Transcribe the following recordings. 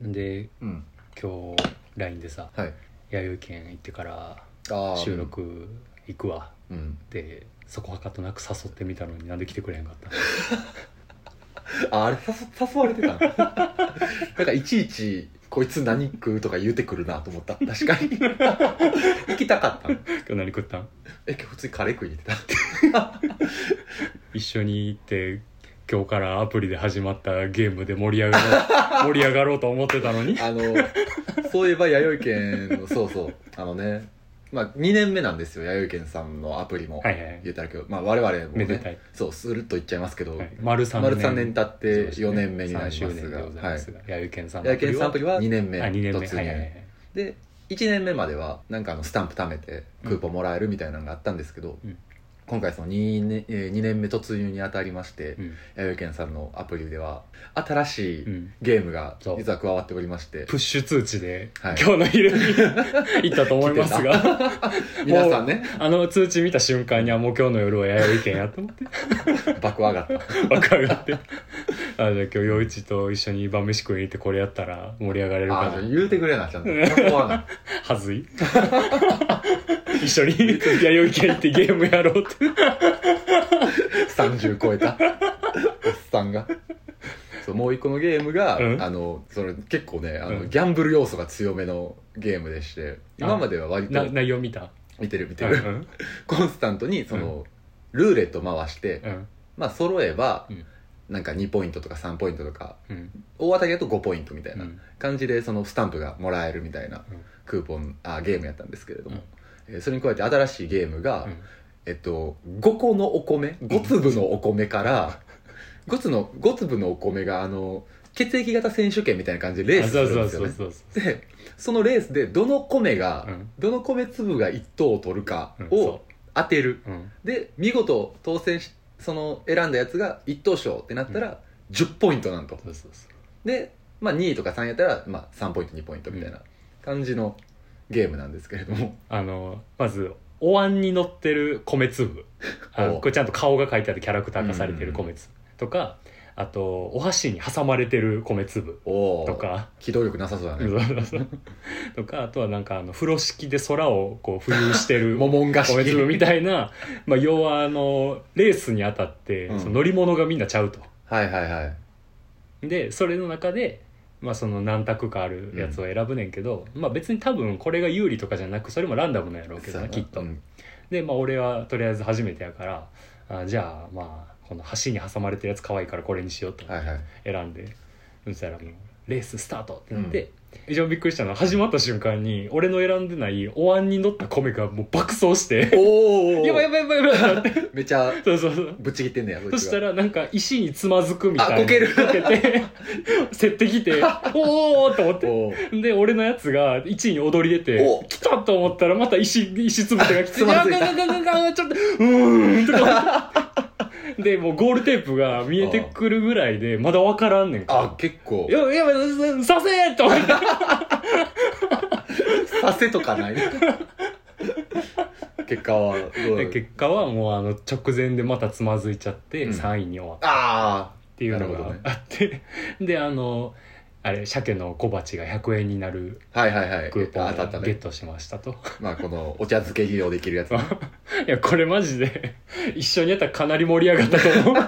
でうん今日 LINE でさはい弥生県行ってからああ収録行くわうん、うんでそこはかとなく誘ってみたのになんで来てくれへんかったああれ誘誘わ れてたなんかいちいち「こいつ何食う?」とか言うてくるなと思った確かに 行きたかったの今日何食ったんえ普通にカレー食いに行ってた一緒に行って今日からアプリで始まったゲームで盛り上がろう 盛り上がろうと思ってたのにあの、そういえば弥生県の、そうそう、あのね、まあ2年目なんですよ、弥生県さんのアプリも。はいはい言えたらけど、まあ我々もめでたね、い、そう、スルッと言っちゃいますけど、はい、丸3年丸3年経って4年目になりそうですすね三周ま年が、でございまいす。が弥生県さん弥生県さんのアプリは2年目あ2年目突はいはいは入。いで、1年目までは、なんかあの、スタンプ貯めて、クーポンもらえるみたいなのがあったんですけどうん、今回その 2, 年えー2年目突入にあたりましてう、ん弥生県さんのアプリでは、新しういんゲームがそう実は加わっておりまして、プッシュ通知で、はい今日の昼に 行ったと思いますが皆さんね、あの通知見た瞬間にはもう今日の夜は弥生県やと思 って爆上が った。爆上がってあじゃあ今日陽一と一緒に晩飯食いに行ってこれやったら盛り上がれるあかじゃあな言うてくれなちゃんと断らなはずい 一緒に弥生県行ってゲームやろうって30超えたおっさんがそうもう一個のゲームが、うんあのそれ結構ねあの、うんギャンブル要素が強めのゲームでして今までは割なと内容見た見てる見てうんるコンスタントにその、ルーレット回して、うんまあ揃えば、うんなんか2ポイントとか3ポイントとかうん大当たりだと5ポイントみたいうなん感じでそのスタンプがもらえるみたいなクーポンあゲームやったんですけれども、えーそれに加えて新しいゲームが、うんえっと、5個のお米5粒のお米から5つの5粒のお米があの血液型選手権みたいな感じでレーあスすそうるんそでうすそうそよねうそでそのレースでどの米が、うんどの米粒が1等を取るかうんをそ当てる、ううんで見事当選しその選んだやつが1等賞ってなったら10ポイントなんとそうそうそうで、まあ、2位とか3位やったら、まあ、3ポイント2ポイントみたいな感じのゲームなんですけれどもあのまずお椀に乗ってる米粒あ おうこれちゃんと顔が書いてあるキャラクター化されてる米粒とかあとお箸に挟まれてる米粒お おとか機動力なさそうだ ねそうそうそうとかあとはなんかあの風呂敷で空をこう浮遊して るモモンガ式米粒みたい な、まあ、要はあのレースにあたって、うんその乗り物がみんなちゃうとはいはいはいでそれの中で、まあ、その何択かあるやつを選ぶねんけど、まあ別に多分これが有利とかじゃなくそれもランダムなんやろうけどなきっと、うんで、まあ、俺はとりあえず初めてやからあじゃあまあこの橋に挟まれてるやつ可愛いからこれにしようとはいはい選んで、そしたらもうレーススタートってなって、非常にびっくりしたのは始まった瞬間に俺の選んでないお椀に乗った米がもう爆走 して「おおやばいやばいやばいやばい」ってなって めちゃそうそうそう。ぶっちぎってんねやそしたららなんか石につまずくみたいなあこける こけ て競ってきて「おーお!」と思っておー で俺のやつが1位に踊り出おて来たと思ったらまた石石つぶ てが来てつまずいたガンガンガンガンガンちょっ とうーんとかでもうゴールテープが見えてくるぐらいでまだ分からんねんかあ結構いやいやさせーと思ってさせと かない結果はどうで結果はもうあの直前でまたつまずいちゃってうん3位に終わったっあていうのなるほどがねあって、 であのあれ鮭の小鉢が100円になるあはいはいはいクーポンあ当たったをゲッねトしましたと。まあこのお茶漬け利用できるやつねいや、これマジで、一緒にやったらかなり盛り上がったと思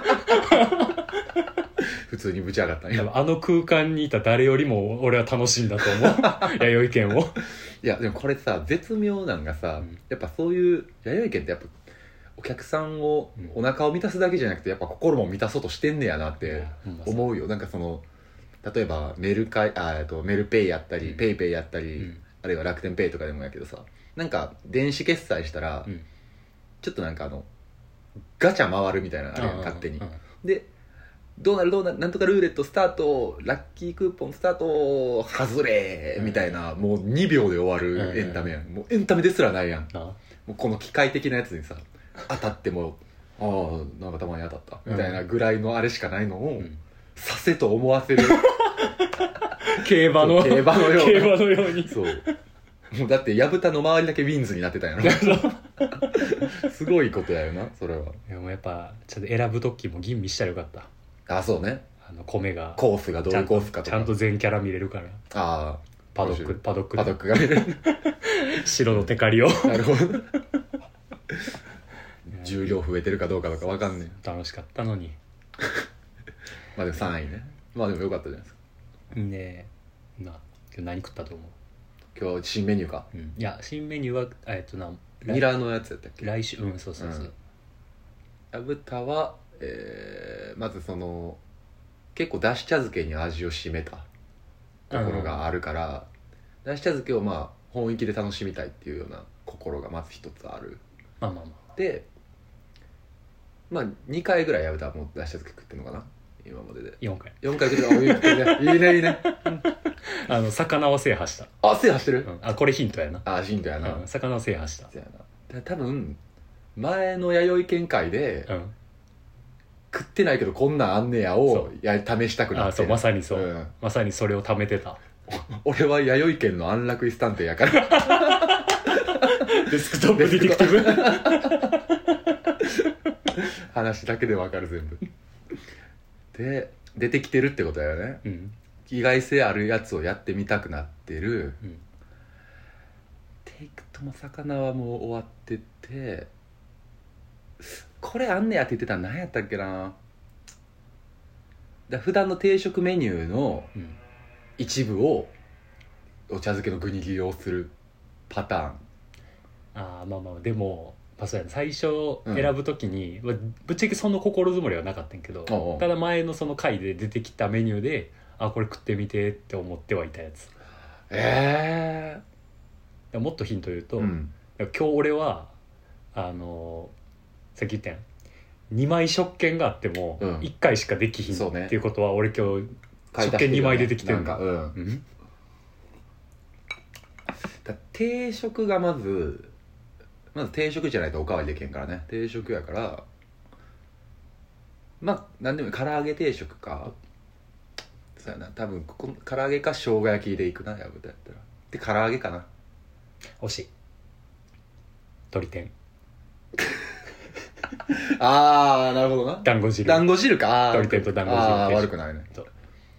う。普通にぶち上がったね多分あの空間にいた誰よりも俺は楽しんだと思う。 弥生県を。いやでもこれさ絶妙なんがさうんやっぱそういう弥生県ってやっぱお客さんをうんお腹を満たすだけじゃなくてやっぱ心も満たそうとしてんねやなってうん思うよなんかその例えばメルカイあえっとメルペイやったり、うんペイペイやったり、うんあるいは楽天ペイとかでもやけどさなんか電子決済したら、うんちょっとなんかあのガチャ回るみたいなのあるやん勝手にでどうなるどうなるなんとかルーレットスタートラッキークーポンスタート外れうんみたいな、もう2秒で終わうんるエンタメやん、もうエンタメですらないやんもなうこの機械的なやつにさ当たってもああなんかたまに当たったみたいなぐらいのあれしかないのを、うんさせと思わせる 競馬の、競馬のような競馬のよう に。そうもうだって薮田の周りだけウィンズになってた んやろすごいことやよなそれはいやもうやっぱ、ちょっと選ぶ時も吟味したらよかった。あそうねあの米がコースがどちういゃうんコとースかとちかゃんと全キャラ見れるからあパドッ面白クいパドッあクパドックが見れる白のテカリをなるほど重量増えてるかどうかとかわかんねえ楽しかったのにまあでも3位ねまあでもよかったじゃないですかねえな今日何食ったと思今日新メニューかう、うんいや新メニューはえっとなニラのやつやったっけ来週うんそうそうそう、うん豚は、えーまずその結構だし茶漬けに味を占めたところがあるから、だし茶漬けをまあ本域で楽しみたいっていうような心がまず一つあるまあまあまでまあ2回ぐらいやめたらもうだし茶漬け食ってんのかな今までであ4回4回ぐらいお湯食ってるねいいねいいねあの魚は制覇した、あ制覇してる、うん、あこれヒントやな、あヒントやな、うん、魚は制覇したそうやなだ多分前の弥生見解で、うん食ってないけどこんなんあんねやそをうや試したくなってあそうまさにそう、うんまさにそれを貯めてた俺は弥生県の安楽椅子探偵やからデスクトップディティクティブ話だけでわかる全部で出てきてるってことだよねうん意外性あるやつをやってみたくなってるうんテイクとも魚はもう終わっててこれあんねやって言ってたの何やったっけなだ普段の定食メニューのうん一部をお茶漬けの具に利用するパターンああまあまあでも、まあ、そうやな最初選ぶときに、まあ、ぶっちゃけその心づもりはなかったんやけどおうおうただ前のその回で出てきたメニューであこれ食ってみてって思ってはいたやつだかえらもっとヒント言うと、ーうん、今日俺はあのーさっき言ったやん2枚食券があってもうん1回しかできひん、そうねっていうことは俺今日買い足食して券るよ2ね枚出てきてるなんかうんうんだ定食がまずまず定食じゃないとおかわりできへんからね定食やからまあ何でもいい唐揚げ定食かそうやな多分ここ唐揚げか生姜焼きでいくなやぶたやったらで唐揚げかな惜しい鳥天ああなるほどな団子汁 団子汁かあー鶏天と団子汁あー悪くないね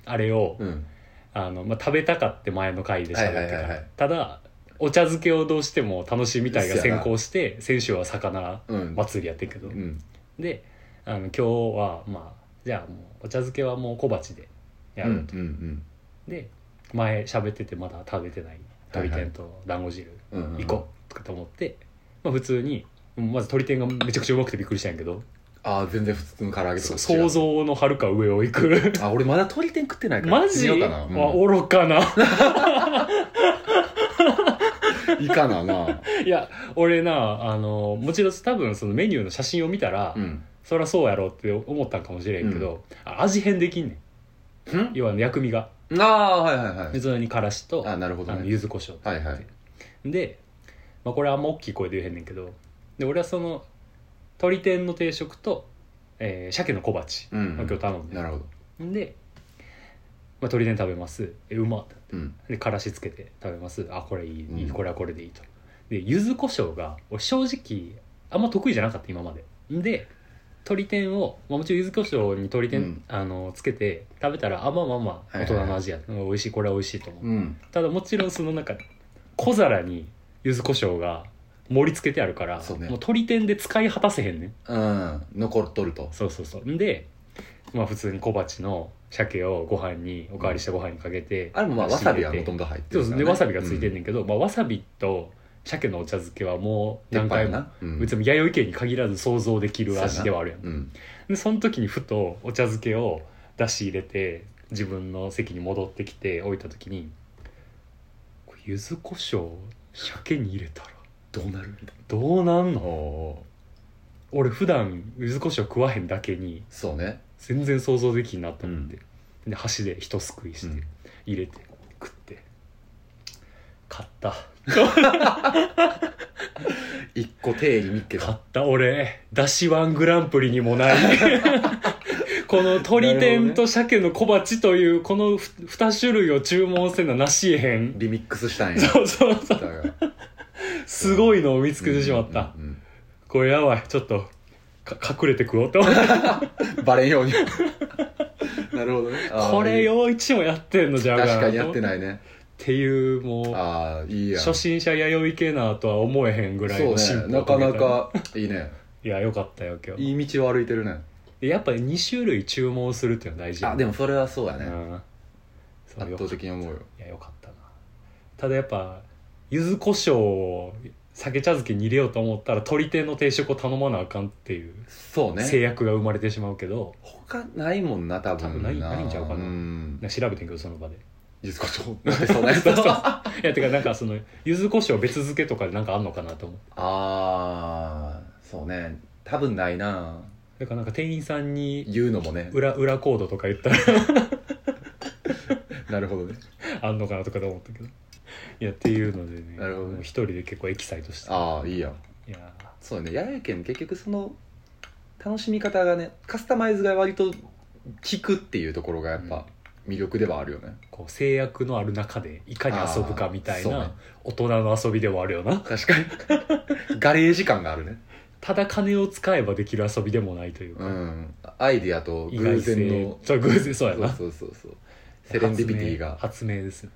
あれを、うんあのまあ、食べたかって前の回で喋ってたはいかはいらはいはいただお茶漬けをどうしても楽しみたいがそうや先な行して先週は魚うん、祭りやってんけど、うんであの今日はまあじゃあもうお茶漬けはもう小鉢でやうんうろうと、んで前喋っててまだ食べてないはいはい鶏天と団子汁うんうんうん行こうとかと思って、まあ、普通にまず鶏天がめちゃくちゃうまくてびっくりしたんやけどああ全然普通の唐揚げとかと違う想像のはるか上を行くあ俺まだ鶏天食ってないからマ食ってジ、みようかな、うんあ愚かな いかなないや俺なあのもちろん多分そのメニューの写真を見たら、 うんそりゃそうやろうって思ったんかもしれんけど、あ味変できんねんん要は薬味がああはいはいはい普通にからしとあなるほどあのね柚子胡椒はいはいで、まあ、これあんま大きい声で言えへんねんけどで俺はその鶏天の定食と、えー鮭の小鉢うを今日ん頼んでな、るほどで、まあ、鶏天食べますえうまっうんでからしつけて食べますあこれいい,、いいうんこれはこれでいいとで柚子胡椒が俺正直あんま得意じゃなかった今までで鶏天を、まあ、もちろん柚子胡椒に鶏天、うんあのつけて食べたらあまあまあまあ大はいはいはい人の味や、うん美味しいこれは美味しいと思う、うんただもちろんその中小皿に柚子胡椒が盛り付けてあるからそうねもう鶏天で使い果たせへんねんうん残っとるとそうそうそうんでまあ普通に小鉢の鮭をご飯におかわりしたご飯にかけて、あれもまあわさびは入れもてともと入ってそうでするからねねわさびがついてんねうんけど、まあ、わさびと鮭のお茶漬けはもう何鉄板回やもなうん別に弥生家に限らず想像できる味ではあるやんうんでその時にふとお茶漬けを出し入れて自分の席に戻ってきて置いた時にこれ柚子胡椒を鮭に入れたらどうなるどうなんおのお俺普段柚子胡椒食わへんだけにそうね全然想像できんなと思って、で箸で一すくいしてうん入れて食って買った一個定義見っけ買たった俺だしワングランプリにもない この鶏天と鮭の小鉢というこの2種類を注文せななしえへんリミックスしたんやそうそうそうだからすごいのを見つけてしまった、うんこれやばいちょっとか隠れて食おうと思ってバレんように なるほどねあーこれ陽一もやってんのじゃが確かにやっていっないねていうもうああいいやん初心者弥生系なとは思えへんぐらいそうのね進歩なを遂かげたなかいいねいやよかったよ今日いい道を歩いてるねでやっぱり2種類注文するっていうのは大事やあでもそれはそうやうねんそう圧よ倒的に思うよいやよかったなただやっぱ柚子胡椒を酒茶漬けに入れようと思ったら鶏亭の定食を頼まなあかんっていうそうね制約が生まれてしまうけど、他ないもんな多分多分ないないんちゃうかなんな調べてんけどその場でゆずこしょう なんてそんなやつそうそうあいやてかなんかその柚子胡椒別漬けとかでなんかあんのかなと思うあーそうね多分ないなだからなんか店員さんに言うのもね裏裏コードとか言ったら なるほどねあんのかなとかと思ったけどいやっていうのでねなるほどねもう一人で結構エキサイトしてああいいやんいやーそうね八重県結局その楽しみ方がねカスタマイズが割と効くっていうところがやっぱ魅力ではあるよね、こう制約のある中でいかに遊ぶかみたいあーそうなね大人の遊びでもあるよな確かに ガレージ感があるねただ金を使えばできる遊びでもないといううか、んアイディアと意偶外然性のそう偶然そうやなそうそうそうそうセレンディピティが発明発明ですい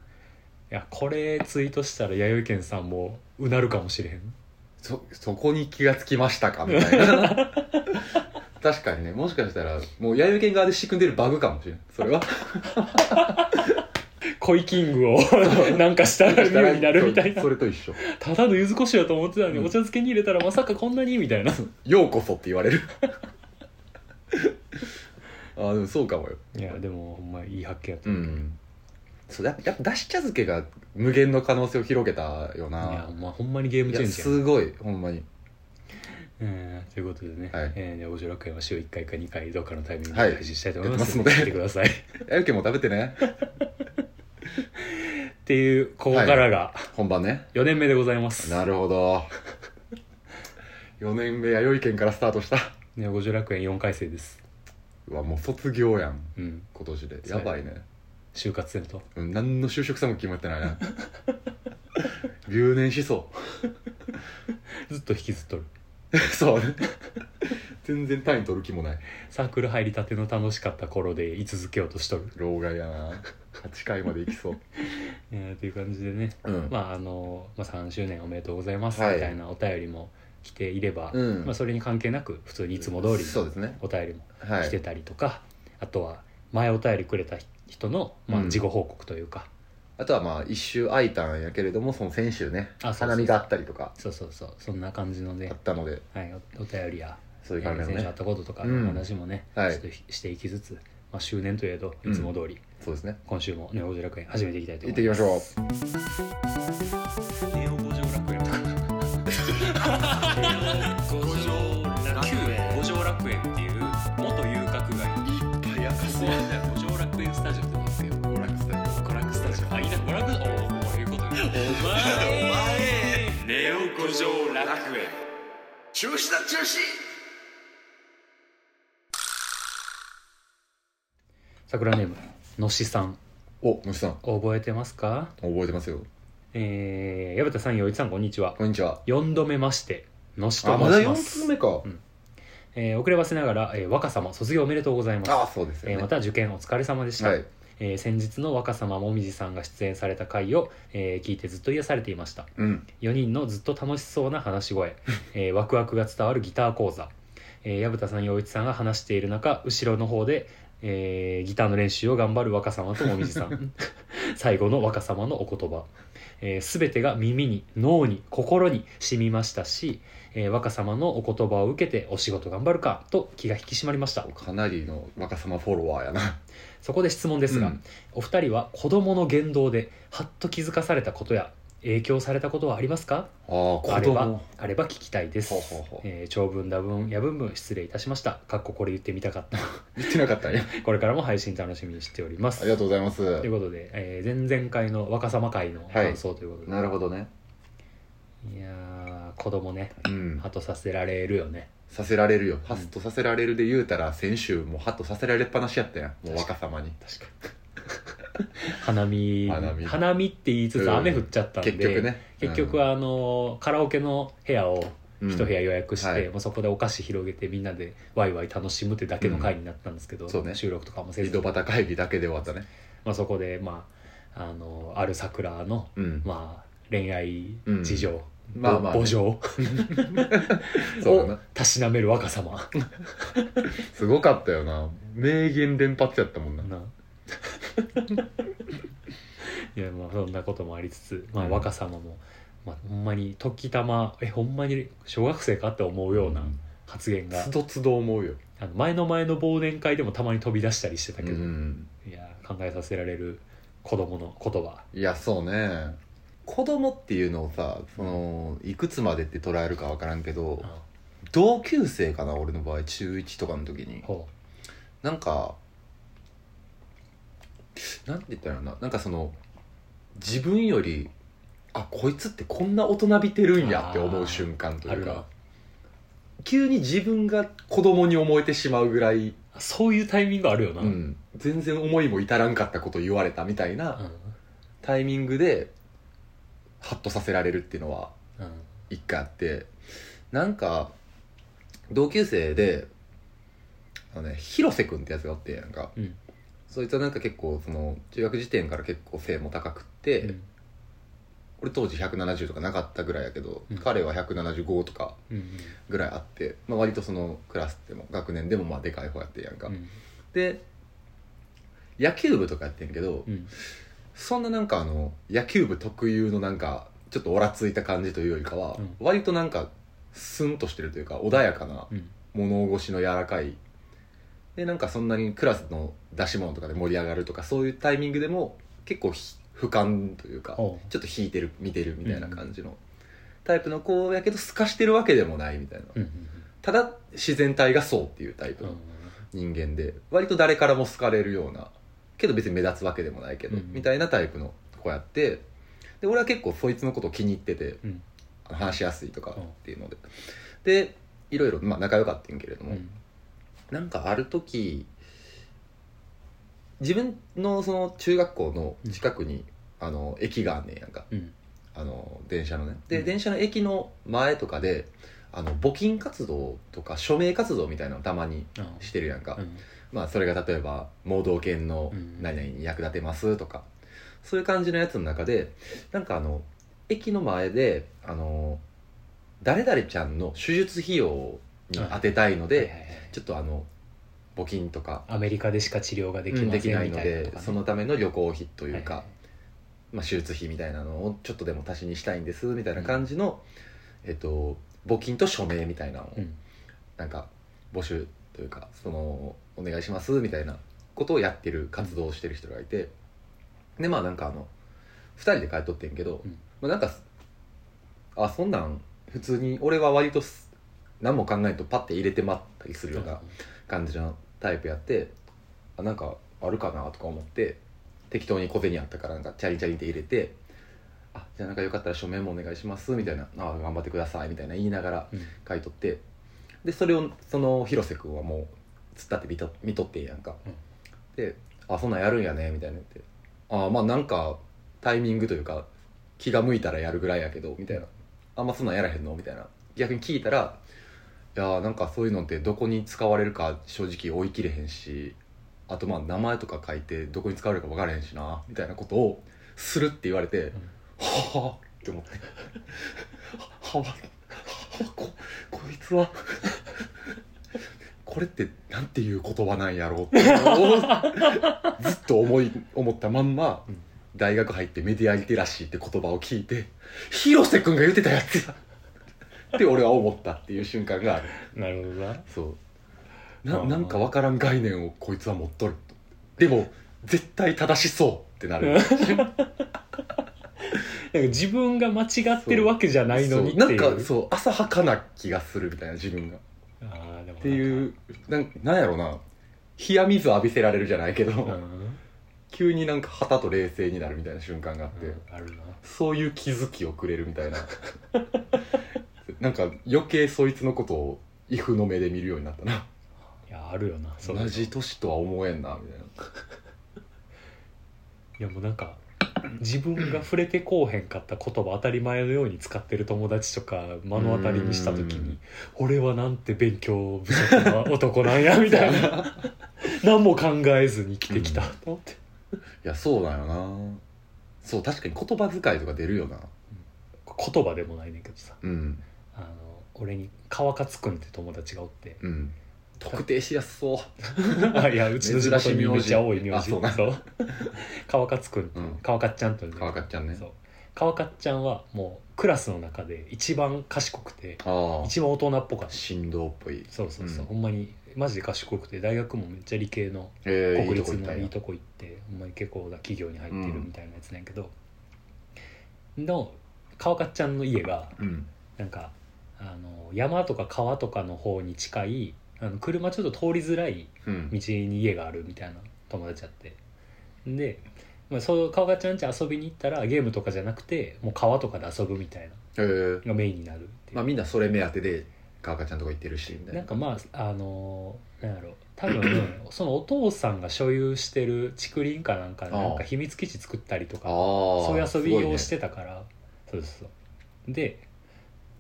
やこれツイートしたら弥生県さんもうなるかもしれへんそそこに気がつきましたかみたいな 確かにねもしかしたらもう弥生県側で仕組んでるバグかもしれないそれ は恋キングをなんかしたらミュウになるみたいなそれと一緒ただの柚子胡椒やと思ってたのに、うんお茶漬けに入れたらまさかこんなにみたいないようこそって言われる あでもそうかもよやでもほんまいい発見やった、ういんそうやっぱやっぱだし茶漬けが無限の可能性を広げたよやなほんまほんまにゲームいチェやンジやなすごいほんまにえーということでね、はいえーで大城楽園は週1回か2回どっかのタイミングではい配信したいと思います,、やってますので聞いてくださいっ弥生県も食べてねていうここからが本番ね4年目でございます、なるほど 4年目弥生県からスタートしたね五条楽園4回生です、うわもう卒業やんうん、今年でそうややばいね、就活生とうん、何の就職先も決まってない な留年しそずっと引きずっとるう そうね全然単位取る気もないサークル入りたての楽しかった頃で居続けようとしとる、老害やな8回までいきそうえー、という感じでねうんまああの、まあ、3周年おめでとうございますみはいたいなお便りも来ていれば、うんまあ、それに関係なく普通にいつも通りそうのですねお便りもはしていたりとか、あとは前お便りくれた人の、まあ、うん事後報告というか、あとはまあ一周空いたんやけれどもその先週ねあそうそうそう花見があったりとかそうそうそうそんな感じのねあったのではい、おお便りや、そういう感じの選手あねったこととかうんの話もね、はいちょっとひしていきつつ、まあ、周年といえどいつも通り、そうですね今週もネオ五条楽園始めていきたいと行っ思ていきまますしょうネオ五条楽園五条楽園五条楽園っていう元遊郭街いやかそうなんだよ五条楽園スタジオってなんですよ娯楽スタジ娯楽スタジオあいいな娯楽おおこういうことねお前ネオ五条楽園中止だ中止桜ネームのしさんお虫さん覚えてますか覚えてますよえー、矢部さん、洋一さん、こんにちは。こんにちは4度目まして、のしとあま申だしま4す。通目かえー遅ればせながら、えー若様、卒業おめでとうございます。あそうですよえーねまた受験お疲れ様でした、はいえー先日の若様もみじさんが出演された回を、えー聞いてずっと癒されていましたうん4人のずっと楽しそうな話し 声、えーワクワクが伝わるギター講座、えー、矢蓋さん陽一さんが話している中後ろの方で、えーギターの練習を頑張る若様ともみじさ ん最後の若様のお言葉、えー、全てが耳に脳に心に染みましたし、えー若様のお言葉を受けてお仕事頑張るかと気が引き締まりましたかなりの若様フォロワーやなそこで質問ですが、うんお二人は子どもの言動ではっと気づかされたことや影響されたことはありますか あーあ子れば供あれば聞きたいですほうほうほうえー長文打文や文文失礼いたしましたかっここれ言ってみたかった 言ってなか ったねこれからも配信楽しみにしておりますありがとうございますということで、えー前々回の若様会の感想ということで、なるほどねい、やー子供ねうんハッとさせられるよねさせられるよハッとさせられるで言うたら先週もうハッとさせられっぱなしやったやんもう若様に確かに 花見花見花見って言いつうつん雨降っちゃったんで、結局ね結局はあのーカラオケの部屋をうん一部屋予約して、はいもうそこでお菓子広げてみんなでワイワイ楽しむってだけの回になったんですけど、んそうね収録とかもせ井ず戸に、ま端会議だけで終わったねあ、そこで、まあ、あのある桜の、うんまあ、恋愛事情、まあまあねぼ慕情そうだをなたしなめる若様すごかったよな名言連発やったもんなな いやまあそんなこともありつつ、まあ、うん若様も、まあ、ほんまに時たまえほんまに小学生かって思うような発言が、つどつど思うよあの前の前の忘年会でもたまに飛び出したりしてたけど、うんいや考えさせられる子供の言葉いやそうね子供っていうのをさそのいくつまでって捉えるか分からんけどあ同級生かな俺の場合中1とかの時にほなんかなんて言ったらいいのかななんかその自分よりあこいつってこんな大人びてるんやって思う瞬間とういあうるかな急に自分が子供に思えてしまうぐらい、そういうタイミングあるよな、うん全然思いも至らんかったこと言われたみたいなうタイミングでハッとさせられるっていうのはんうん一回あってなんか同級生であのね広瀬君ってやつがおってなんか、うんそいつはなんか結構その中学時点から結構背も高くって、うん俺当時170とかなかったぐらいやけど、うん彼は175とかうんぐらいあって、まあ、割とそのクラスでも学年でもまあでかい方やってんやんか、うんで野球部とかやってんけど、うんそんななんかあの野球部特有のなんかちょっとおらついた感じというよりかは、うん割となんかスンとしてるというか穏やかなうん物腰の柔らかいでなんかそんなにクラスの出し物とかで盛り上がるとかそういうタイミングでも結構ひ俯瞰というかほちょっと引いてる見てるみたいな感じのタイプの子やけどすかしてるわけでもないみたいなううんただ自然体がそうっていうタイプうんうのん人間で割と誰からも好かれるようなけど別に目立つわけでもないけど、うんうんみたいなタイプの子やってで俺は結構そいつのことを気に入ってて、うん話しやすいとかうんっていうので、でいろいろ、まあ、仲良かったんけれどうも、んなんかある時自分のその中学校の近くに、あの駅があんねんやんかうんあの電車のねで、うん電車の駅の前とかであの募金活動とか署名活動みたいなのたまにうんしてるやんか、うんまあそれが例えば盲導犬のうん何々に役立てますとか、そういう感じのやつの中でなんかあの駅の前であの誰々ちゃんの手術費用に当てたいので、はいはいはいちょっとあの募金とかアメリカでしか治療がでできき,、ませんみたないいのなでとかねそのための旅行費というか、はまあ、手術費みたいなのをちょっとでも足しにしたいんですみたいな感じの、えっと、募金と署名みたいなのをいはいうんなんか募集というかそのお願いしますみたいなことをやってる活動をしてる人がいて、でまあなんかあの2人で帰っとってんけど、うんまあ、なんかあそんなん普通に俺は割とす何も考えんとパッて入れてまったりするような感じのタイプやってあなんかあるかなとか思って適当に小銭あったからなんかチャリンチャリンって入れて「あじゃあなんかよかったら署名もお願いします」みたいな「あ頑張ってください」みたいな言いながらうん書いとってでそれをその広瀬君はもう突っ立って見と見とってんやんか、うんで「あそんなんやるんやね」みたいな言って「あまあなんかタイミングというか気が向いたらやるぐらいやけど」みたいな「あんまそんなんやらへんの?」みたいな逆に聞いたら「いやーなんかそういうのってどこに使われるか正直追い切れへんしあとまあ名前とか書いてどこに使われるか分からへんしな」みたいなことをするって言われて「はあ」って思って「はははあここいつは これってなんていう言葉なんやろうっていうのをずっと思い思ったまんま、うん大学入ってメディアリテラシーって言葉を聞いて広瀬君が言ってたやつだって俺は思ったっていう瞬間があるなるほどなそうなあーなんか分からん概念をこいつは持っとるとでも絶対正しそうってなるなんか自分が間違ってるわけじゃないのにってそういうなんかそう浅はかな気がするみたいな自分があーでもなんかっていうなんなんやろな冷や水浴びせられるじゃないけど、うん、急になんか旗と冷静になるみたいな瞬間があって、うんあるなそういう気づきをくれるみたいな なんか余計そいつのことをイフの目で見るようになったないやあるよなそういうの同じ年とは思えんなみたいないやもうなんか自分が触れてこうへんかった言葉当たり前のように使ってる友達とか目の当たりにした時うにん「俺はなんて勉強不足な 男なんや」みたいな何も考えずに生きてきたと思っていやそうだよなそう確かに言葉遣いとか出るよな言葉でもないねんけどさうんあの俺に川勝君って友達がお ってうん特定しやすそうあいやうちの地元にめっちゃ多い名あ字そうなんそう川勝君って、うん川勝ちゃんというね川勝ちゃんねそう川勝ちゃんはもうクラスの中で一番賢くてあ一番大人っぽかった振動っぽいそうそうそう、うんほんまにマジで賢くて大学もめっちゃ理系のえー、国立いいとこ行ったのんいいやとこ行ってほんまに結構な企業に入ってるみたいなやつなんやけど、の川勝ちゃんの家がうんなんかあの山とか川とかの方に近いあの車ちょっと通りづらいうん道に家があるみたいな友達あってで、まあ、そう川勝ちゃんち遊びに行ったらゲームとかじゃなくてもう川とかで遊ぶみたいなえーのがメインになるっていう、まあみんなそれ目当てで川勝ちゃんとか行ってるしみたいななんかまああのーなんやろ多分ね そのお父さんが所有してる竹林かなんかでああなんか秘密基地作ったりとあかあそういう遊びをしててたから、そうそうそうで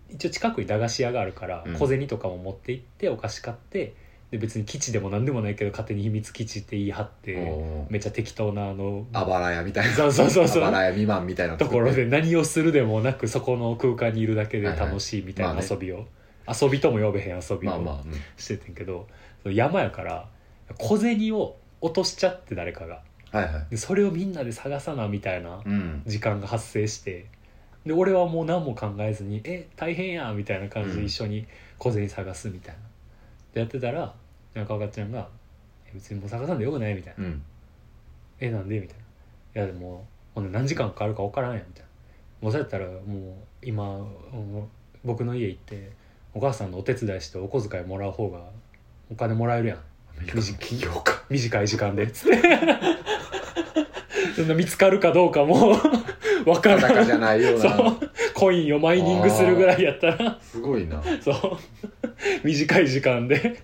一応近くに駄菓子屋があるからうん小銭とかも持って行ってお菓子買ってで別に基地でも何でもないけど勝手に秘密基地って言い張ってめっちゃ適当なあのあばら屋みたいなそうそうそうそうあばら屋未満みたいなところで何をするでもなくそこの空間にいるだけで楽しいみたいはいなはいま遊びを、遊びとも呼べへん遊びを、まあまあ、うんしててんけどその山やから小銭を落としちゃって誰かがはいはいでそれをみんなで探さなみたいなうん時間が発生してで俺はもう何も考えずに「え大変や」みたいな感じうでん一緒に小銭探すみたいな、でやってたら中岡ちゃんが「え別にもう探さんでよくない?」みたいなうん「えなんで?」みたいな「いやでもほんで何時間かかるか分からんやん」みたいな「もうそうやったらもう今もう僕の家行ってお母さんのお手伝いしてお小遣いもらう方がお金もらえるやん」アメリカ人企業家短い時間でつってそんな見つかるかどうかもわから裸じゃんないようそなうコインをマイニングするぐらいやったらすごいなそう短い時間で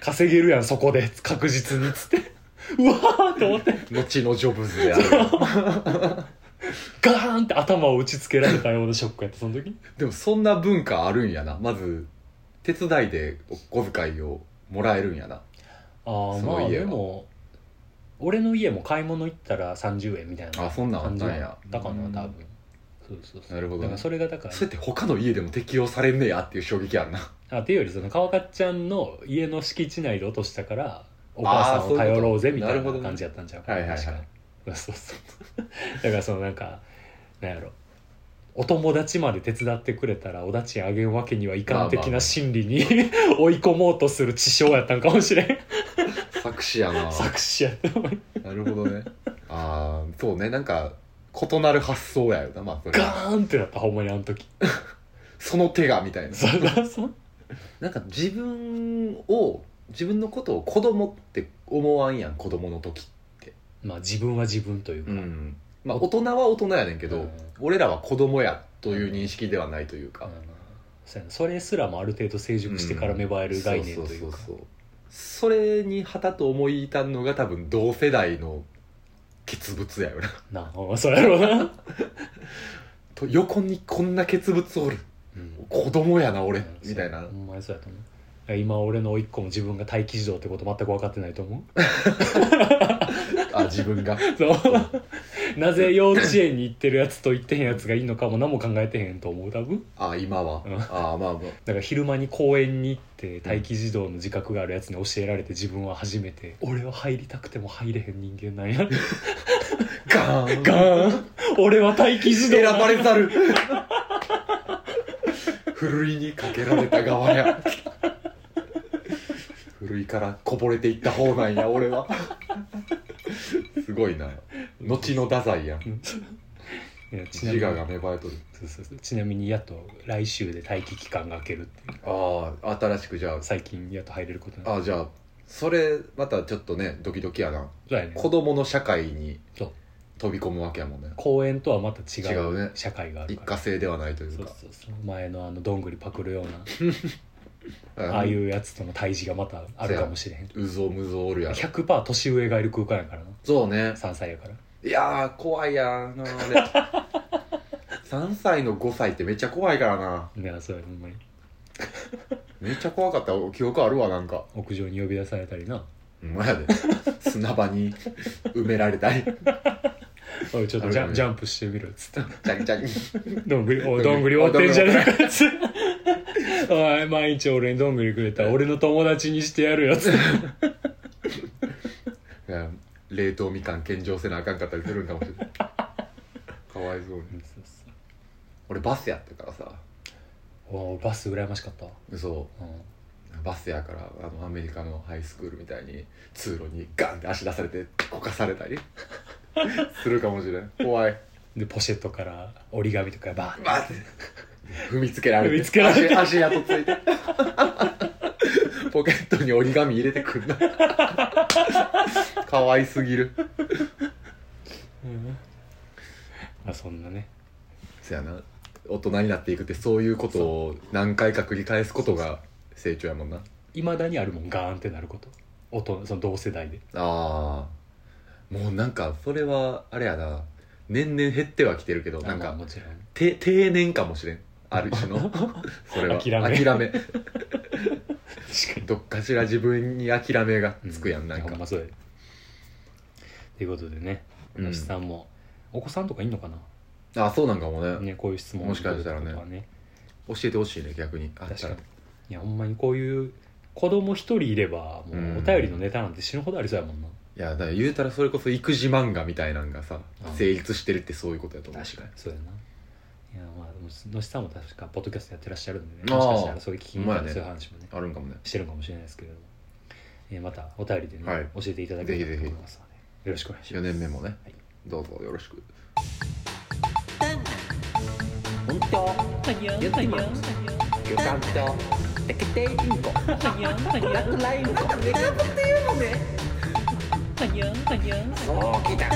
稼げるやんそこで確実につってうわーと思って後のジョブズであるガーンって頭を打ちつけられたようなショックやったその時でもそんな文化あるんやなまず手伝いでお小遣いをもらえるんやなああそまのあ家ではも俺の家も買い物行ったら30円みたいなあそんなんあっ感じたんだやったかなうん多分そうそうそうなるほどねだからそれがだからそうやって他の家でも適用されんねやっていう衝撃 あるなあっていうよりその川勝ちゃんの家の敷地内で落としたからお母さんを頼ろうぜみたあーそういいうことな感じやったんちゃうかなるほどね確かそうそうそうだ からそのなんかなんやろお友達まで手伝ってくれたらおだちあげんわけにはいかんまあ的まあな心理に追い込もうとする地匠やったんかもしれん作詞やな作詞やったのになるほどね ああそうねなんか異なる発想やよなまあそれはガーンってなったほんまにあの時その手がみたいなそうそうそうなんか自分を自分のことを子供って思わんやん子供の時 まあ自分は自分というか、んまあ大人は大人やねんけど、うん俺らは子供やという認識ではないというあかの、そうやなそれすらもある程度成熟してから芽生える概念というか、そうそうそうそうそれに旗と思い至たのが多分同世代の欠物やよななあそうやろうな、と横にこんな欠物おる子供やな俺みたいなそうほんまにそうやと思ういや今俺の甥っ子も自分が待機児童ってこと全く分かってないと思 うあ自分がそう なぜ幼稚園に行ってるやつと行ってへんやつがいいのかも何も考えてへんと思う多分あ今はうんあまあまあだから昼間に公園に行って待機児童の自覚があるやつに教えられて自分は初めて俺は入りたくても入れへん人間なんやガーンガーン 俺は待機児童選ばれざるふるいにかけられた側やふるいからこぼれていった方なんや俺はすごいな後の太宰やんうんいやちなみ自に我が芽生えとるそうそうそうちなみにやっと来週で待機期間が明けるっていうああ新しくじゃ最近やっと入れることになあっあじゃあそれまたちょっとねドキドキやなたそうやね子供の社会にそう飛び込むわけやもんね公園とはまた違違うねう社会がある一から過性ではないというそうかそうそう前のあのどんぐりパクるようなうんああいうやつとの対峙がまたあるかもしれへんうぞうむぞうおるやろ100%年上がいる空間やからなそうね3歳やからいやー怖いやーなーあれ 3歳の5歳ってめっちゃ怖いからないやそうやほんまにめっちゃ怖かった記憶あるわなんか屋上に呼び出されたりなほんまやで砂場に埋められたり「おいちょっとジあるよャねジャンプしてみろ」っつ ってチャキチャキ「どんぐりおいどんぐり折ってんじゃねえか」っつって「 おい毎日俺にどんぐりくれたら俺の友達にしてやるよ」っ つっていや冷凍みかん献上せなあかんかったりするんかもしれないかわいそうに俺バスやったからさおバス羨ましかったわそううんバスやからあのアメリカのハイスクールみたいに通路にガンって足出されてこかされたりするかもしれん怖いでポシェットから折り紙とかバーってバーって踏みつけられて踏みつけられて足足跡ついて ポケットに折り紙入れてくんなかわいすぎるあそんなねそやな大人になっていくってそういうことを何回か繰り返すことが成長やもんないまだにあるもんガーンってなること大人その同世代でああもうなんかそれはあれやな年々減ってはきてるけどなんまあかもちろんて定年かもしれんある種 のそれは諦め確かにどっかしら自分に諦めがつくやん、なんほんかまそうやということでねうん足立さんもお子さんとかいんのかな、あそうなんかもねね、こういう質問もしかしたらねとかね教えてほしいね逆にあっ確たからにいやほんまにこういう子供一人いればもうんうお便りのネタなんて死ぬほどありそうやもんないやだから言うたらそれこそ育児漫画みたいなんがさうん成立してるってそういうことやと思うそうやないやまあでも野志さんも確かポッドキャストやってらっしゃるんでねああもしかしたらそういう聞きに行ったほんまやらねそういう話もねあるんかもねしてるかもしれないですけれども、えーまたお便りでね、はい教えていただければぜとひぜひ思いますのでよろしくお願いし4ます年目もね、はいどうぞよろしくやってみようよかったラインコネカポっていうのねそうきたか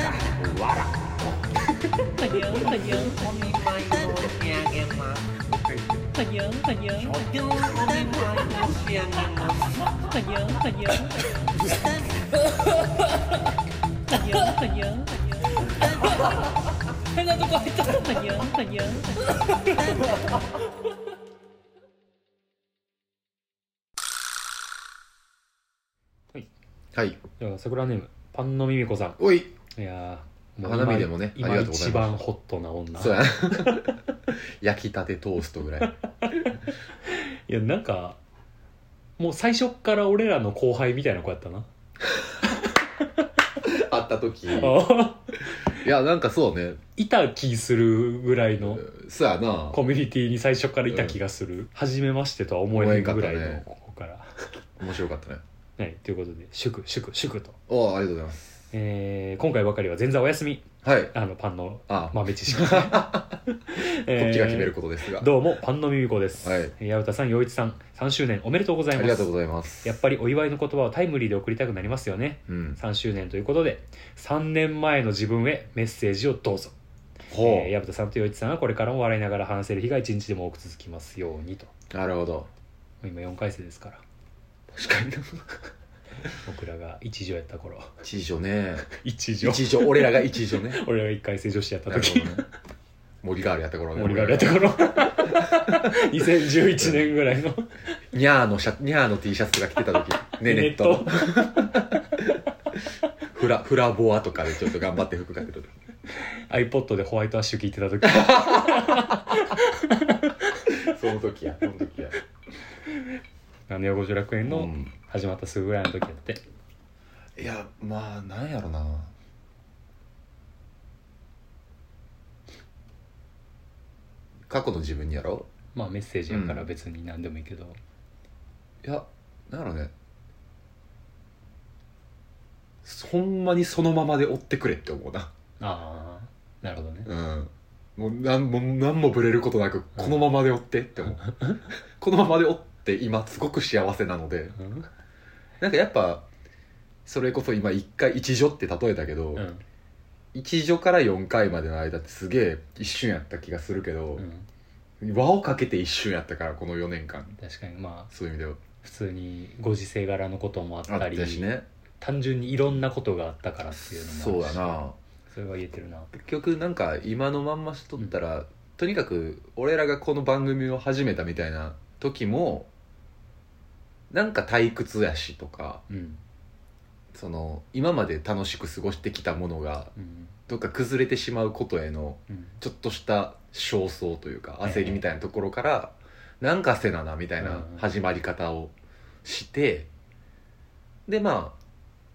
わらお見舞い申し上げますお見舞い申し上げます変なとこ入ったはいでは桜ネームパンのミミコさんおいいやーう花見でもね今ありがとうござ一います番ホットな女そうや な焼きたてトーストぐらいいやなんかもう最初っから俺らの後輩みたいな子やった な、あった時いあやなんかそうねいた気するぐらいのそうやなコミュニティに最初からいた気がする、初めましてとは思えないぐらい思えんかのったここから、面白かったねはいということで祝祝祝と、おーありがとうございますえー今回ばかりは全然お休みはいあのパンのあ豆知 識、ここっちが決めることですが、どうもパンのミミコです、はいえー矢田さん陽一さん3周年おめでとうございあますりがとうございますやっぱりお祝いの言葉をタイムリーで送りたくなりますよねうん3周年ということで3年前の自分へメッセージをどうぞほう、えー矢田さんと陽一さんはこれからも笑いながら話せる日が一日でも多く続きますようにとなるほど今4回生ですから確かにな僕らが一女やった頃 一女ね一女一女俺らが一女ね 俺らが1回生女子やったなるほ時どね森ガールやった頃ね森がやった頃 2011年ぐらいのニャーのシャニャーの T シャツが着てた時ねネットのフラフラボアとかでちょっと頑張って服買ってた時 iPod でホワイトアッシュ聞いて た時その時やその時やあの横条楽園うのん始まったすぐぐらいの時やって、いやまあなんやろな過去の自分にやろまあメッセージやからうん別に何でもいいけど、いやなんやろねほんまにそのままで追ってくれって思うなああなるほどねうんもうなんもうなんもぶれることなくこのままで追ってって思うこのままで追って今すごく幸せなのでうん、なんかやっぱそれこそ今一回一女って例えたけど、うん一女から4回までの間ってすげえ一瞬やった気がするけどう、ん、輪をかけて一瞬やったからこの4年間確かにまあそういう意味では普通にご時世柄のこともあっあたっりたしね単純にいろんなことがあったからっていうのもあそうるだしなそれは言えてるな結局なんか今のまんましとったら、とにかく俺らがこの番組を始めたみたいな時もなんか退屈やしとかうんその今まで楽しく過ごしてきたものがうんどっか崩れてしまうことへのうんちょっとした焦燥というか焦りみたいなところから、なんかせななみたいな始まり方をして、でまあ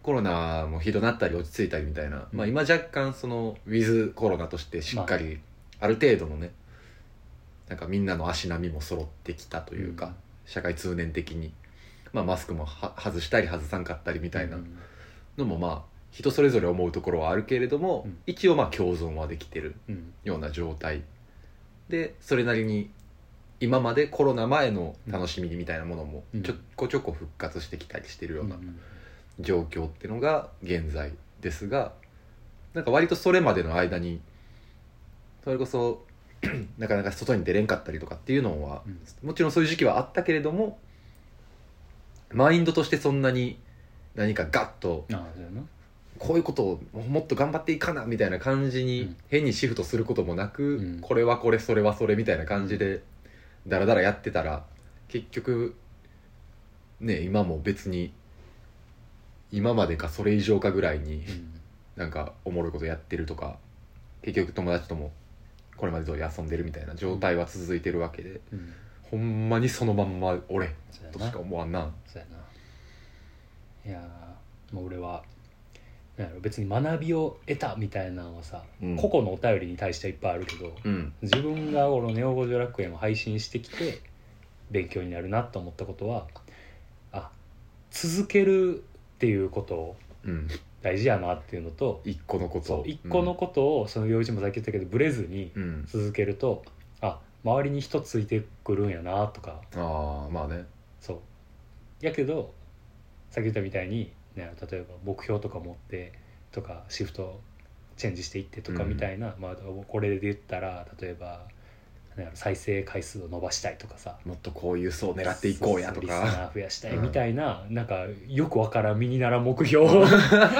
コロナもひどなったり落ち着いたりみたいな、うんまあ今若干そのウィズコロナとしてしっかりある程度のねなんかみんなの足並みも揃ってきたというか、うん社会通念的に、まあ、マスクもは外したり外さんかったりみたいなうんのもまあ人それぞれ思うところはあるけれども、うん一応まあ共存はできてるうんような状態でそれなりに今までコロナ前の楽しみみたいなものもうんちょこちょこ復活してきたりしてるようなうん状況ってのが現在ですがなんか割とそれまでの間にそれこそ なかなか外に出れんかったりとかっていうのはうんもちろんそういう時期はあったけれどもマインドとしてそんなに何かガッとああそうやなこういうことをもっと頑張っていかなみたいな感じうにん変にシフトすることもなく、うんこれはこれそれはそれみたいな感じでダラダラやってたら結局ね今も別に今までかそれ以上かぐらいにうんなんかおもろいことやってるとか結局友達ともこれまで通り遊んでるみたいな状態は続いてるわけで、うんほんまにそのまんま俺そうやとなしか思わんなそうやないやーもう俺はなんやろ別に学びを得たみたいなのはさ、うん個々のお便りに対してはいっぱいあるけどうん自分がこの「ネオ五条楽園」を配信してきて勉強になるなと思ったことはあ続けるっていうことをうん大事やなっていうのと一個のことそう一個のことをその陽一もさっき言ったけどブレずにうん、うん続けるとあ周りに人ついてくるんやなとかああまあねそうやけどさっき言ったみたいに、ね、例えば目標とか持ってとかシフトチェンジしていってとかうんみたいな、まあ、これで言ったら例えばなんやろ再生回数を伸ばしたいとかさもっとこういう層狙っていこうやそとうそうリスかナー増やしたいみたいな、なんかよくわからん身にならん目 標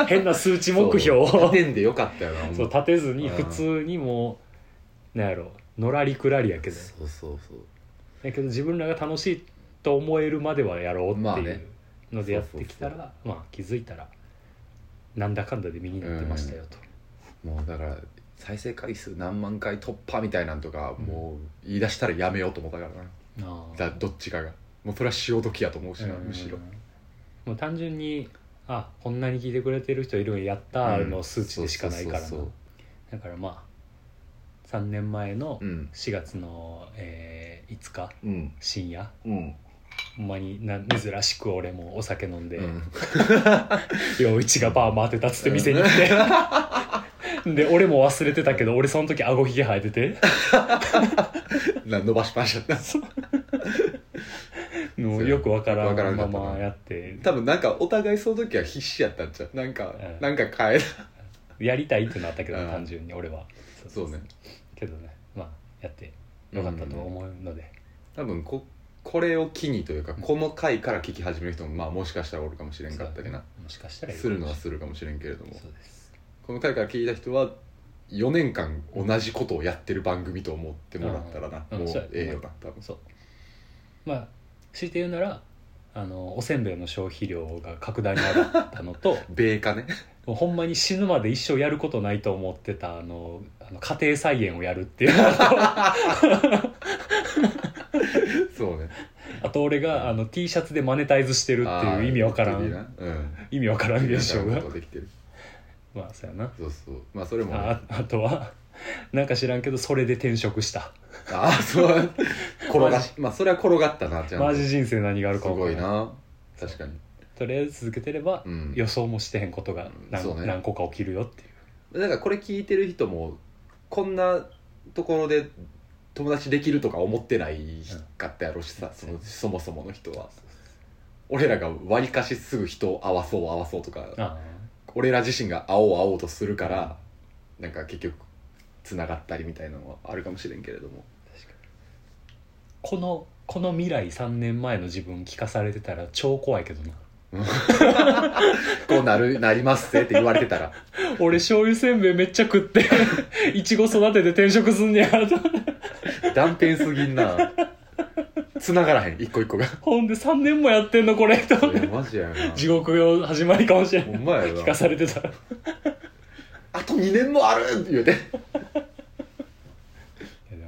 変な数値目標をそう立てんでよかったよなそう立てずにうん普通にもうなんやろのらりくらりやけどそうそうそうだけど自分らが楽しいと思えるまではやろうってまあいねうのでやってきたら、そうまあ気づいたらなんだかんだで身になってましたよと、もうだから再生回数何万回突破みたいなんとか、うんもう言い出したらやめようと思ったからなああだどっちかがもうそれは潮時やと思うしな、うんむしろもう単純にあこんなに聞いてくれてる人いるんやったーの数値でしかないからうんなそうそうだからまあ3年前のそううん4月の、えー5日うん深夜うんほんまにな珍しく俺もお酒飲ん で、うん陽一がバーマ当てたっつって店に来てで俺も忘れてたけど俺その時顎ひげ生えててな伸ばしっぱなしちゃったもうよくわからわからんんかまったなまやって 多分なんかお互いその時は必死やったんちゃうなんか、うんなんか変えやりたいってなったけどうん単純に俺はそうねけどねまあやってよかったと思うので、多分ここれを機にというかこの回から聞き始める人もまあもしかしたらおるかもしれんかったけなもしかしたらいいするのはするかもしれんけれどもそうですこの回から聞いた人は4年間同じことをやってる番組と思ってもらったらな、うんもうそうやええよな多分そうまあ強いて言うならあのおせんべいの消費量が格段に上がったのと 米化ね もうほんまに死ぬまで一生やることないと思ってたあのあの家庭菜園をやるっていうのとそうねあと俺があの T シャツでマネタイズしてるっていう意味わからあーいいんなうん意味わからん現象意味わからがんことできてるまあそうやなそうそうまあそれもね、ああとは なんか知らんけどそれで転職したあ あそう転がしまあそれは転がったなちゃんとマジ人生何があるすかわからごんいな確かにとりあえず続けてればうん予想もしてへんことが何,、そうね何個か起きるよっていうだからこれ聞いてる人もこんなところで友達できるとか思ってないかったやろしさ、そのそもそもの人は俺らがわりかしすぐ人を合わそう合わそうとかあ俺ら自身が会おう会おうとするからなんか結局つながったりみたいなのはあるかもしれんけれどもこのこの未来3年前の自分聞かされてたら超怖いけどな こうなるなりますぜって言われ てたら俺醤油せんべいめっちゃ食って いちご育てて転職すんねやと断片すぎんな繋がらへん一個 一個がほんで3年もやってんのこれといやマジやよな 地獄の始まりかもしれほないんまやな聞かされてたらあと2年もあるって言うて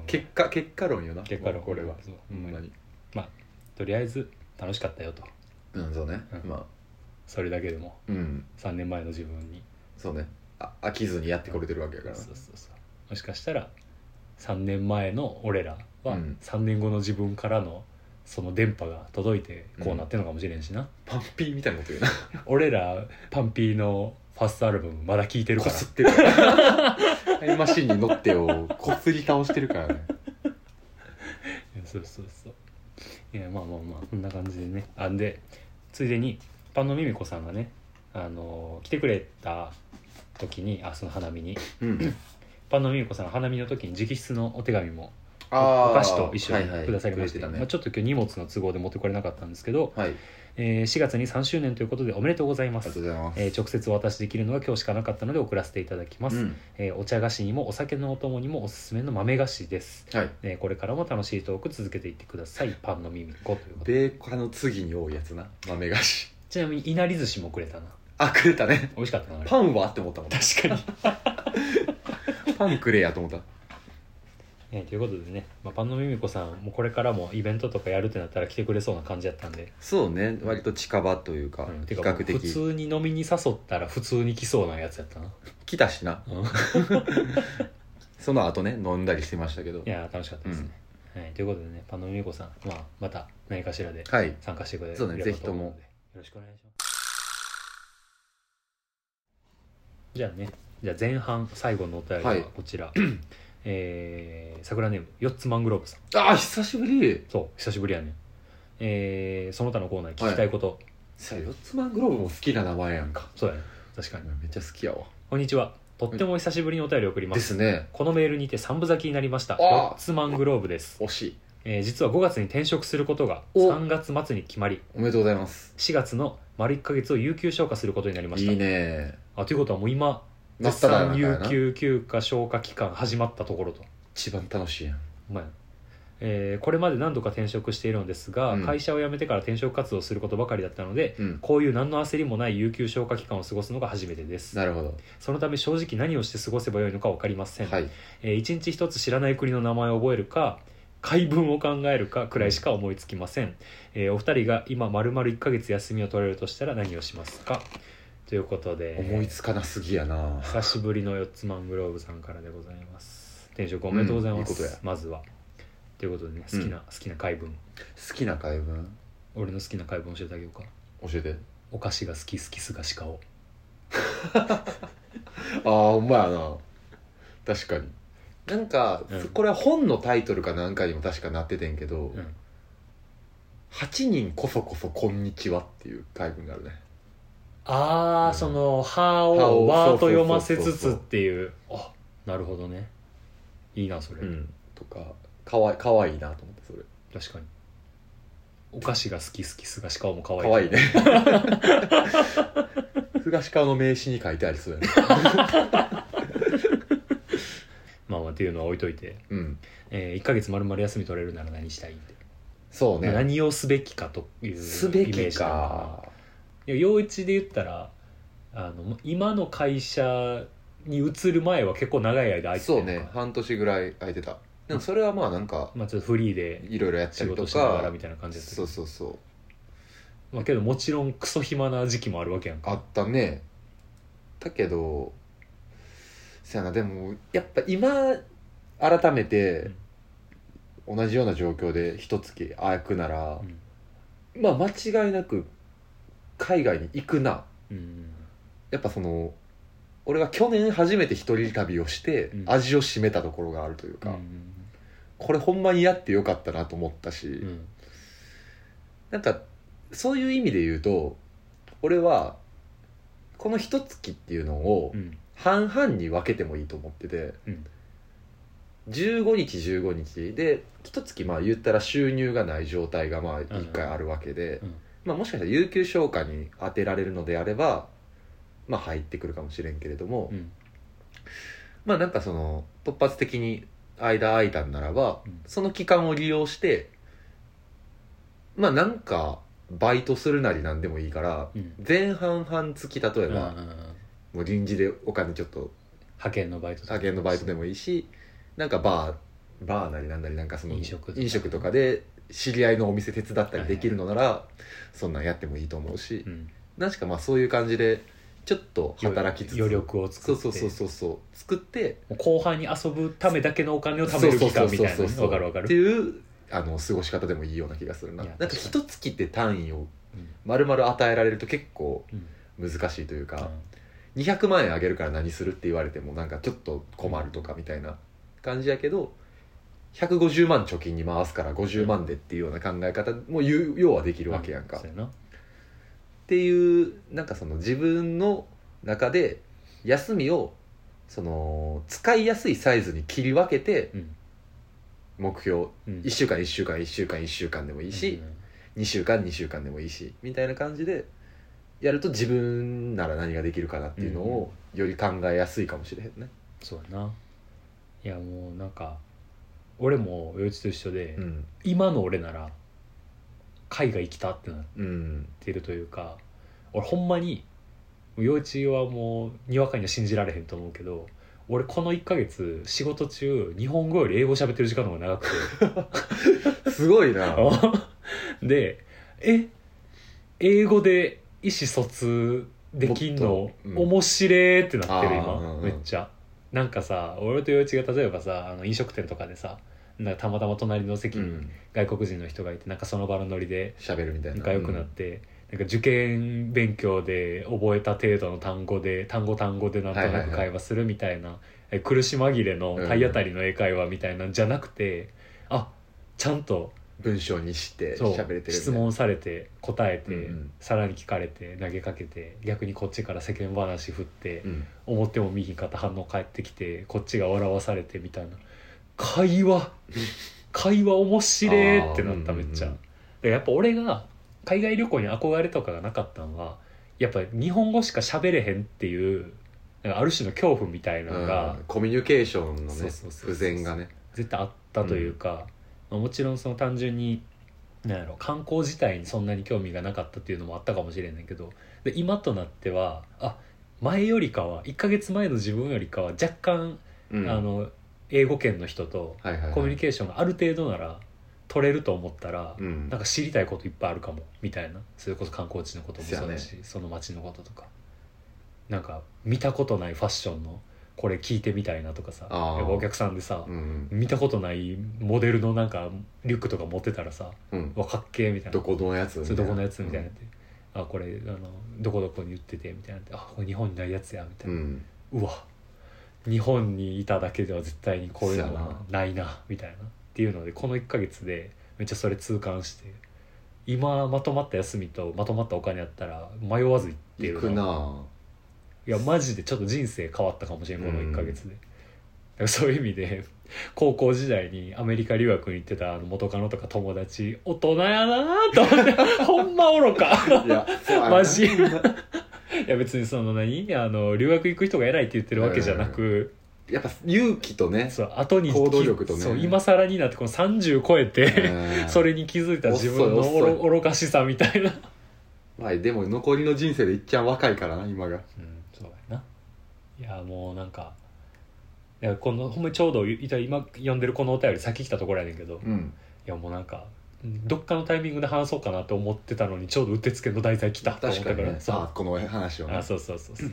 結果結果論よな結果論これはそうほんまにとりあえず楽しかったよとうんそうねうんまあそれだけでもうん3年前の自分にそうねあ飽きずにやってこれてるわけやそかうらそうそうもしかしたら3年前の俺らはうん3年後の自分からのその電波が届いてこうなってんのかもしれんしな、パンピーみたいなこと言うな俺らパンピーのファーストアルバムまだ聴いてるかこらすってるから タイムマシンに乗ってをこすり倒してるからねいやそうそうそういやまあまあまあこんな感じでねあんでついでにパンのミミコさんがねあのー来てくれた時にあその花見にうんパンのミミコさんが花見の時に直筆のお手紙もおあーお菓子と一緒にはいはいくださりまして,、くれてたねまあ、ちょっと今日荷物の都合で持ってこれなかったんですけど、はいありえー4月に3周年ということでおめでとうございまがとうすございますえー直接お渡しできるのが今日しかなかったので送らせていただきます、うんえーお茶菓子にもお酒のお供にもおすすめの豆菓子ですはいえーこれからも楽しいトーク続けていってくだ さいパンの耳っこということでベーカの次に多いやつな豆菓子ちなみにいなり寿司もくれたなあくれたね美味しかったなあれパンはって 思ったもん確かに、パンくれやと思ったえーということでね、まあ、パンの耳子さんもこれからもイベントとかやるってなったら来てくれそうな感じやったんで、そうね割と近場というかうん比てか較普的通に飲みに誘ったら普通に来そうなやつやったな、来たしなうんいその後ね飲んだりしてましたけどやー楽しかったですね、はい、ということでねパンの耳子さん、まあ、また何かしらではい参加してくれればそうだね思うのでぜひともよろしくお願いしますじゃあねじゃあ前半最後のお便りははいこちら、 えー桜ネーム四つマングローブさんあー久しぶりそう久しぶりやねんえーその他のコーナーに聞きたいこと、さあ四つマングローブも好きな名前やんかそうやね確かにめっちゃ好きやわこんにちはとってもお久しぶりにお便りを送りまですすねこのメールにて三部咲きになりましたあー四つマングローブです、惜しいえー実は5月に転職することがお3月末に決まりおめでとうございます4月の丸1ヶ月を有給消化することになりましたいいねあということはもう今な絶ったら賛有給休暇消化期間始まったところと一番楽しいやんうまいなえーこれまで何度か転職しているのですが、うん会社を辞めてから転職活動をすることばかりだったのでうんこういう何の焦りもない有給消化期間を過ごすのが初めてですなるほどそのため正直何をして過ごせばよいのか分かりません、はいえー一日一つ知らない国の名前を覚えるか解文を考えるかくらいしか思いつきません、えーお二人が今丸々1ヶ月休みを取れるとしたら何をしますかということで思いつかなすぎやな久しぶりの四つマングローブさんからでございます転職おめでとうございます、うんいいことやまずはということでね好きな、好きな解文好きな回文俺の好きな解文教えてあげようか教えてお菓子が好き好きすがし顔ああほんまやな確かになんか、うんこれは本のタイトルかなんかにも確かなっててんけど、うん8人こそこそこんにちはっていう回文があるねああ、うんその「は」歯を「をわ」とそうそうそうそう読ませつつっていうあなるほどねいいなそれ、とかかわいかわいいなと思ってそれ確かにお菓子が好き好きすがし顔も可愛いかわいいね東川の名刺に書いてありそうやねまあまあっていうのは置いといて、うんえ1ヶ月丸々休み取れるなら何したいって、そうね何をすべきかというイメすべーきジなのかなかいや陽一で言ったらあの今の会社に移る前は結構長い間空いてたそうのかね半年ぐらい空いてたでもそれはまあなんかまあ、ちょっとフリーでいろいろやった仕りと事しながらかみたいな感じだったけそどうそうそうまあ、けどもちろんクソ暇な時期もあるわけやんかあったねだけどそやなでもやっぱ今改めて同じような状況で一月空くならう、んまあ間違いなく海外に行くなうんやっぱその俺は去年初めて一人旅をしてうん味を占めたところがあるといううか、んこれほんまにやってよかったなと思ったし、うんなんかそういう意味で言うと俺はこの一月っていうのを、うん半々に分けてもいいと思ってて、うん15日15日で一月まあ言ったら収入がない状態がまあ一回あるわけで、うんまあ、もしかしたら有給消化に当てられるのであれば、まあ、入ってくるかもしれんけれども、うんまあなんかその突発的に間空いたんならば、うんその期間を利用してまあなんかバイトするなりなんでもいいからうん前半半月例えうんば、もう臨時でお金ちょっと派遣のバイトとか派遣のバイトでもいいしなんかバーバーなりなんなりなんかその飲食とか飲食とかで知り合いのお店手伝ったりできるのなら、そんなんやってもいいと思うし、うん何しかまあそういう感じでちょっと働きつつ余力を作そうってそうそうそうそう作ってもう後半に遊ぶためだけのお金を貯める期間みたいなそうそうそうねそうわかるわかってるいうあの過ごし方でもいいような気がするないやなんか確一月って単位をうん丸々与えられると結構うん難しいというか、200万円あげるから何するって言われてもなんかちょっと困るとかみたいな感じやけど150万貯金に回すから50万でっていうような考え方も言う要はできるわけやんか、そうっやなていうなんかその自分の中で休みをその使いやすいサイズに切り分けてうん目標うん1週間1週間1週間1週間でもいいし、2週間2週間でもいいしみたいな感じでやると自分なら何ができるかなっていうのをより考えやすいかもしれへんね。そうやないやもうなんか俺も余一と一緒で、うん今の俺なら海外行きたってなっうんてるというか俺ほんまに幼稚はもうにわかには信じられへんと思うけど俺この1ヶ月仕事中日本語より英語喋ってる時間の方が長くてすご いなでえ英語で意思疎通できんものっ、とうん面白えってなってるあー今、うんうんめっちゃなんかさ俺と陽一が例えばさあの飲食店とかでさなんかたまたま隣の席うにん外国人の人がいて、なんかその場のノリで喋るみたいな仲良くなって、なんか受験勉強で覚えた程度の単語で単語単語でなんとはいなはいくはい会話するみたいな、え苦し紛れの体当たりの英会話みたいなんじゃなくて、あちゃんとうん文章にしてそう喋れてる質問されて答えて、うんうんさらに聞かれて投げかけて逆にこっちから世間話振って、うん思っても見ひんかった反応返ってきてこっちが笑わされてみたいな会 話会話面白えってなったあーめっちゃ、うんうだかんうんらやっぱ俺が海外旅行に憧れとかがなかったのはやっぱ日本語しか喋れへんっていうなんかある種の恐怖みたいなのが、うんコミュニケーションのそうねそうそうそう不全がね絶対あったというか、まあもちろんその単純になんやろ観光自体にそんなに興味がなかったっていうのもあったかもしれないけどで今となってはあ前よりかは1ヶ月前の自分よりかは若干、うんあの英語圏の人とはいはいはいコミュニケーションがある程度なら取れると思ったら、うんなんか知りたいこといっぱいあるかもみたいなそれこそ観光地のこともそうだそし、その街のこととかなんか見たことないファッションのこれ聞いてみたいなとかさあーやっぱお客さんでさ、うん見たことないモデルのなんかリュックとか持ってたらさうんわかっけーみたいなどこのやつそれどこのやつみたいなって、あこれあのどこどこに売っててみたいなってあこれ日本にないやつやみたういな、んうわ日本にいただけでは絶対にこういうのそうやはないなみたいなっていうのでこの1ヶ月でめっちゃそれ痛感して今まとまった休みとまとまったお金あったら迷わず行って行るくないやマジでちょっと人生変わったかもしれんこの1ヶ月で、だからそういう意味で 高校時代にアメリカ留学に行ってたあの元カノとか友達大人やなと思って ほんま愚か いやそうやなマジいや別にその何あの留学行く人が偉いって言ってるわけじゃなく、やっぱ勇気とねそう後に行動力とねそう今更になってこの30超えて、 うんそれに気づいた自分の遅い遅愚愚かしさみたいな、まあでも残りの人生でいっちゃん若いからな今がうんそうやないやもうなんかいやこのほんまにちょうどいた今読んでるこのお便り先来たところやねんけど、いうんやもうなんかどっかのタイミングで話そうかなと思ってたのにちょうどうってつけの題材来たと思っ確かたにからねそうあこの話をねあそうそうそうそうい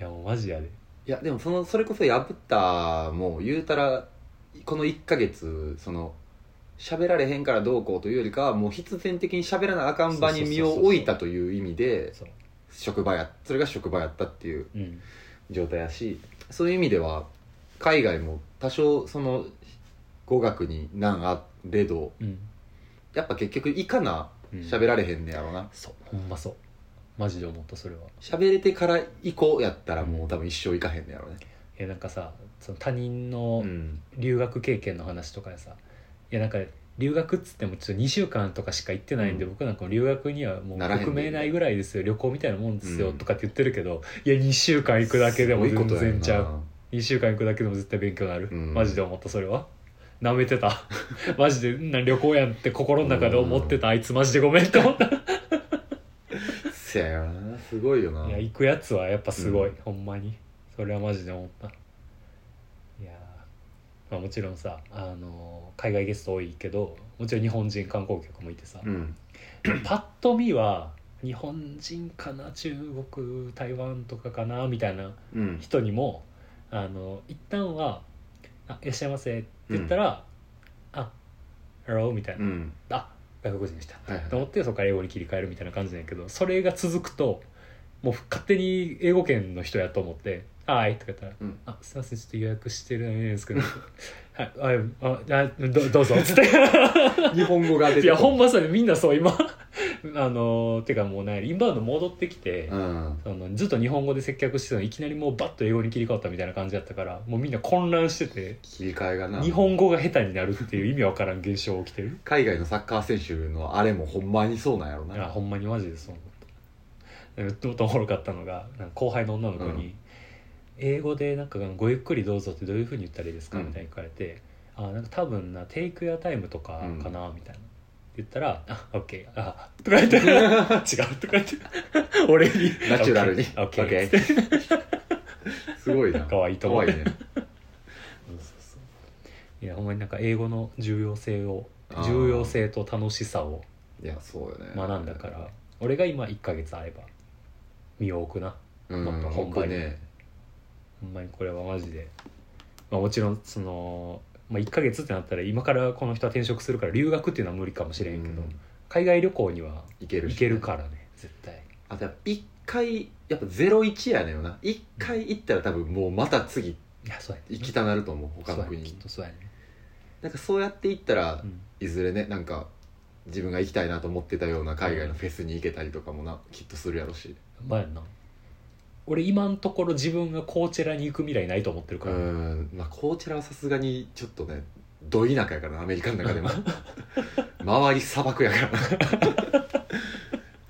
やもうマジやでいやでもそのそれこそ破ったも言うたらこの1ヶ月その喋られへんからどうこうというよりかはもう必然的に喋らなあかん場に身を置いたという意味でそう職場やそれが職場やったっていううん状態やしそういう意味では海外も多少その語学に難あれどうんやっぱ結局いかなうん喋られへんねやろなそうほんまそうマジで思ったそれは喋れてから行こうやったらもう多分一生行かへんねやろねいやなんかさその他人のうん留学経験の話とかでさいやなんか留学っつってもちょっと2週間とかしか行ってないんで、うん僕なんか留学にはもうならへんね匿名ないぐらいですよ旅行みたいなもんですよ、うんとかって言ってるけどいや2週間行くだけでも全然ちゃうう2週間行くだけでも絶対勉強になる、うんマジで思ったそれはなめて たマジでんな旅行やんって心の中で思ってたあいつマジでごめんって思ったせやよなすごいよないや行くやつはやっぱすごい、うんほんまにそれはマジで思ったいやー、まあ、もちろんさ、あのー海外ゲスト多いけどもちろん日本人観光客もいてさ、うんパッと見は日本人かな中国台湾とかかなみたいなうん人にもあの一旦は「あいらっしゃいませ」って言ったら「あハロー」みたいな「うんあ外国人でした」はいはいと思ってそこから英語に切り替えるみたいな感じなんやけどそれが続くともう勝手に英語圏の人やと思って「はい」とか言ったら「うんあすいませんちょっと予約してるんですけど はいあああどどうぞ」っつ って。日本語が出ていやほんまさみんなそう今 あのてかもうねインバウンド戻ってきて、うんそのずっと日本語で接客してたのにいきなりもうバッと英語に切り替わったみたいな感じだったからもうみんな混乱してて切り替えがな日本語が下手になるっていう意味わからん現象起きてる海外のサッカー選手のあれもほんまにそうなんやろなあほんまにマジでそう思ったでちょっとおもろかったのがなんか後輩の女の子に、う英語でなんか「ごゆっくりどうぞ」ってどういうふうに言ったらいいですか?」うんみたいに聞かれて「あなんか多分なテイクやタイムとかかな」みたいな言ったら「あオッケーあとか言って 違うとか言って 俺にナチュラルに OK すごいな可愛いと思う可愛いねいやほんまになんか英語の重要性をあー重要性と楽しさをいやそうよね学んだから俺が今1ヶ月あれば身を置くなうんもっと本本番当にねほんまにこれはマジで、まあ、もちろんその、まあ、1ヶ月ってなったら今からこの人は転職するから留学っていうのは無理かもしれんけど、うん海外旅行にはいけるし行けるからね絶対あとやっぱ一回やっぱ01やねんよな一回行ったら多分もうまた次いやそうやね行きたなると思うそ他うのやね国きっにとそうやね、なんかそうやって行ったらうんいずれねなんか自分が行きたいなと思ってたような海外のフェスに行けたりとかもなきっとするやろしまあやんな俺今のところ自分がコーチェラに行く未来ないと思ってるうから、んまあこちらはさすがにちょっとねど田舎やからなアメリカの中でも周り砂漠やからな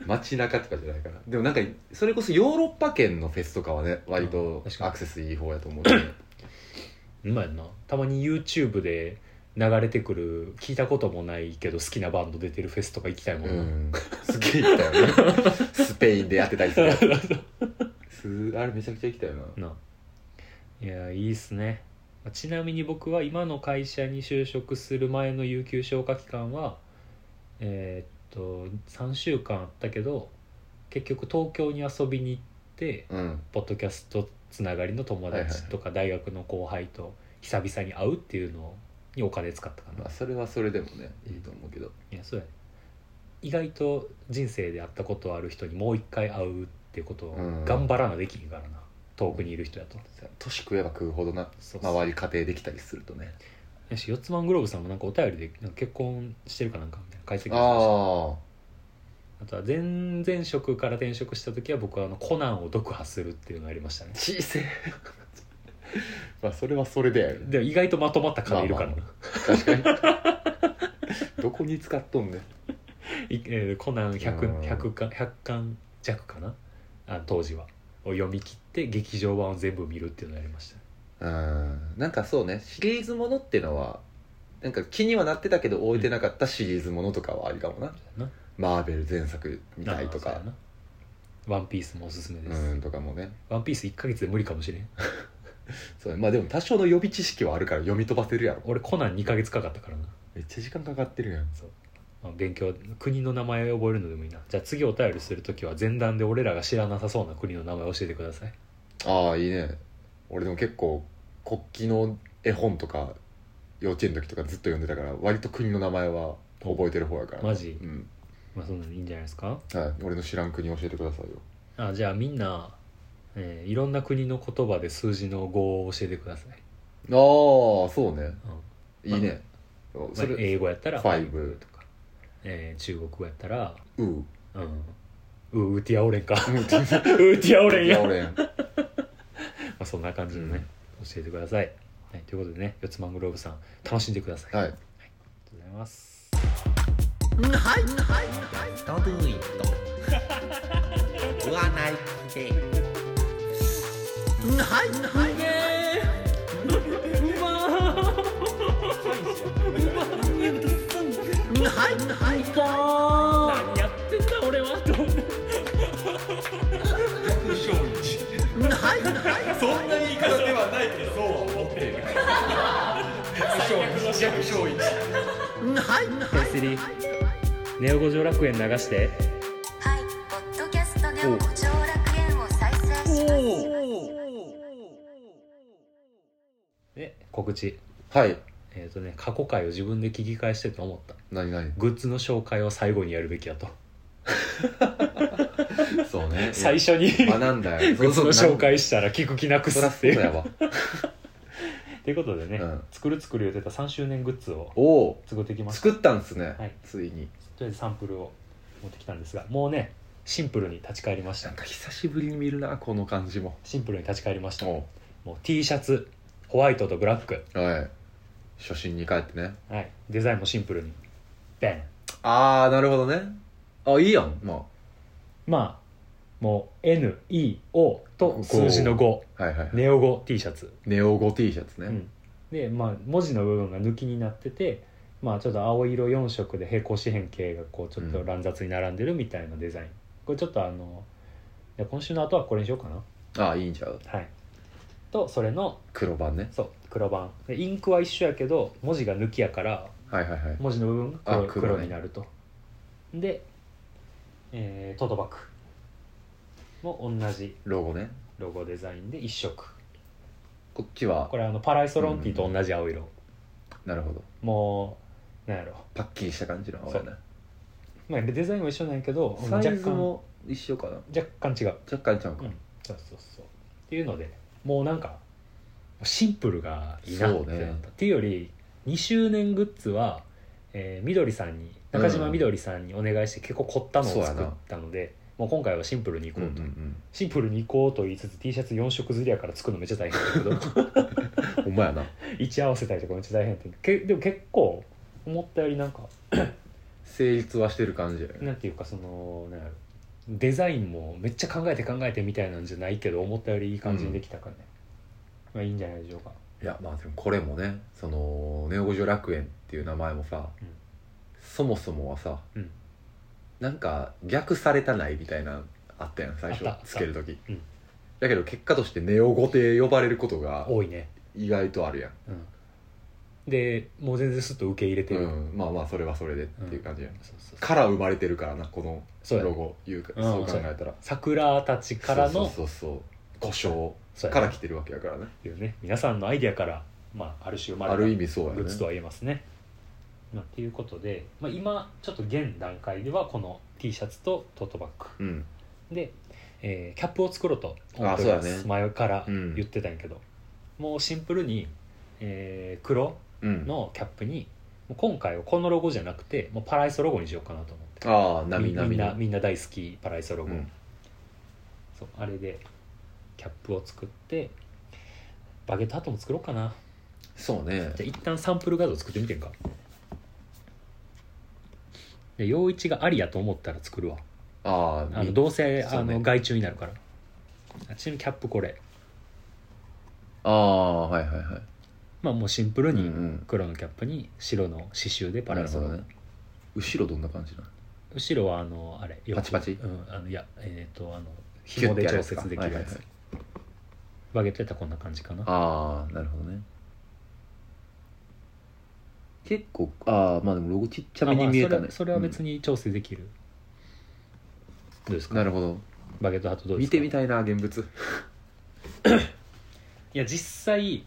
街中とかじゃないからでもなんかそれこそヨーロッパ圏のフェスとかはね割うんと確かにアクセスいい方やと思うけどまあやんなたまに YouTube で流れてくる聞いたこともないけど好きなバンド出てるフェスとか行きたいもうんな、んすげえ行ったよねスペインでやってたりするやつすあれめちゃくちゃ行きたよなないやいいっすねまあちなみに僕は今の会社に就職する前の有給消化期間はえーっと3週間あったけど結局東京に遊びに行ってうんポッドキャストつながりの友達とか大学の後輩と久々に会うっていうのにお金使ったかな、まあそれはそれでもねいいと思うけどいやそうやね意外と人生で会ったことある人にもう一回会うっていうことをうん頑張らなできんからな、遠くにいる人だと、年食えば食うほどなそうそう周り家庭できたりするとねやし四つ葉グローブさんもなんかお便りでなんか結婚してるかなんかみたいな解析してましたああとは前前職から転職した時は僕はあのコナンを読破するっていうのをやりましたねあ小せえ まあそれはそれでやるでも意外とまとまった金いるからな、ま確かにどこに使っとんねんいえーコナン 100, うん100巻100巻弱かなあ当時はを読み切って劇場版を全部見るっていうのをやりましたうんなんかそうねシリーズものってのはなんか気にはなってたけど置いてなかったシリーズものとかはありかもな、なマーベル前作見たいあーとかそうやなワンピースもおすすめです、うんとかもねワンピース1ヶ月で無理かもしれんそうねまあでも多少の予備知識はあるから読み飛ばせるやろ俺コナン2ヶ月かかったからな、めっちゃ時間かかってるやんまあ、勉強国の名前を覚えるのでもいいなじゃあ次お便りする時は前段で俺らが知らなさそうな国の名前を教えてくださいああいいね俺でも結構国旗の絵本とか幼稚園の時とかずっと読んでたから割と国の名前は覚えてる方やからマジうんまあそんなのいいんじゃないですかはい俺の知らん国教えてくださいよあじゃあみんな、えーいろんな国の言葉で数字の語を教えてください、ああそうねうんまいいね、あそれ、英語やったらファイファブとか、えー中国語やったらうー うんウーティアオレン かうんウーティアオレンや俺まんあ、そんな感じでね、教えてください、はい、ということでね四つマングローブさん楽しんでください、はいととうございますはいはいドドゥイット 言わないではいはい何やってはいはいんだ俺はと思ってはいはいそんな言い方ではないけどそうは思っている弱小一はいはいペスリーネオ五条楽園流してはい、ポッドキャストでも五条楽園を再生します。で告知はいえっ、とね過去回を自分で聞き返してと思った何何グッズの紹介を最後にやるべきやとそうね最初に 学んだよグッズの紹介ししたら聞く気なくそすらっそてういうだわということでね、うん作る作る言ってた3周年グッズをおお作ってきましたと作ったんすね、はいついにりあえずサンプルを持ってきたんですがもうねシンプルに立ち返りましなたんか久しぶりに見るなこの感じもシンプルに立ち返りましたもおう T シャツホワイトとブラック、うはい初心に帰ってねはい、デザインもシンプルにベンああなるほどねあいいやんままあもう NEO と数字の5あはいはい、ネオ5 T シャツ、ネオゴ T シャツね、うん、で、まあ、文字の部分が抜きになっててまあちょっと青色4色で平行四辺形がこうちょっと乱雑に並んでるみたいなデザイン、これちょっとあのいや今週の後はこれにしようかなああいいんちゃうはいとそれの黒版ねそう黒版でインクは一緒やけど文字が抜きやからはいはいはい文字の部分が黒あ黒ね黒になるとで、えートートバッグも同じロゴねロゴデザインで一色こっちはこれあのパライソロンティと同じ青色、なるほどもうなんやろ、パッキリした感じの青やねまあ、デザインは一緒なんやけどサイズも一緒かな若干若干違う若干ちゃうか、うんそうそうそうっていうのでもうなんかシンプルがいいなってなった、そうねっていうより2周年グッズは、えーみどりさんに中島みどりさんにお願いして結構凝ったのそうをやな作ったのでもう今回はシンプルにいこううと、んうんシンプルにいこうと言いつつ T シャツ4色ずりやから作るのめっちゃ大変だけど うんほんまやな位置合わせたりとかめっちゃ大変だけどけでも結構思ったよりなんか成立はしてる感じやねなんていうかそのなんやろデザインもめっちゃ考えて考えてみたいなんじゃないけど思ったよりいい感じにできたからね、まあいいんじゃないでしょうかいやまあでもこれもねそのネオ五条楽園っていう名前もさ、うんそもそもはさ、うんなんか逆されたないみたいなのあったやん最初あったあったつける時、うんだけど結果としてネオゴテ呼ばれることが多いね、意外とあるやんうん、でもう全然すっと受け入れてる、うん、まあまあそれはそれでっていう感じや、ん、そうそうそうから生まれてるからなこのそうやロゴいうかうんそう考えたら桜たちからのそうそうそうそうそう故障やかなら来てるわけやからねっていうね皆さんのアイデアから、まあ、ある種生まれあたる意味そうやねグッズとは言えますね。まあ、っていうことで、まあ、今ちょっと現段階ではこの T シャツとトートバッグ、うんで、えーキャップを作ろうとあそうだね前からうん言ってたんやけど、もうシンプルに、えー黒うんのキャップにもう今回はこのロゴじゃなくてもうパライソロゴにしようかなと思ってああ波みみ波んななみんな大好きパライソロうゴ、んそうあれでキャップを作ってバゲットハットも作ろうかなそうねじゃあ一旦サンプル画像作ってみてんかで陽一がありやと思ったら作るわあああのどうせ、そあうねの害虫になるからあちなみにキャップこれああはいはいはいまあもうシンプルうんうにん黒のキャップに白の刺繍でパラソル、なるほどね後ろどんな感じなの後ろはあのあれよくパチパチうん、あのいやえっ、とあの紐でキュッてやる調やつか節できるやつはいはいはいバゲットやったらこんな感じかなああなるほどね結構ああまあでもロゴちっちゃめに見えたあまねあそれはそれは別に、に調整できる、どうですうかんなるほどバゲットハットどうで見すかてみたいな現物いや実際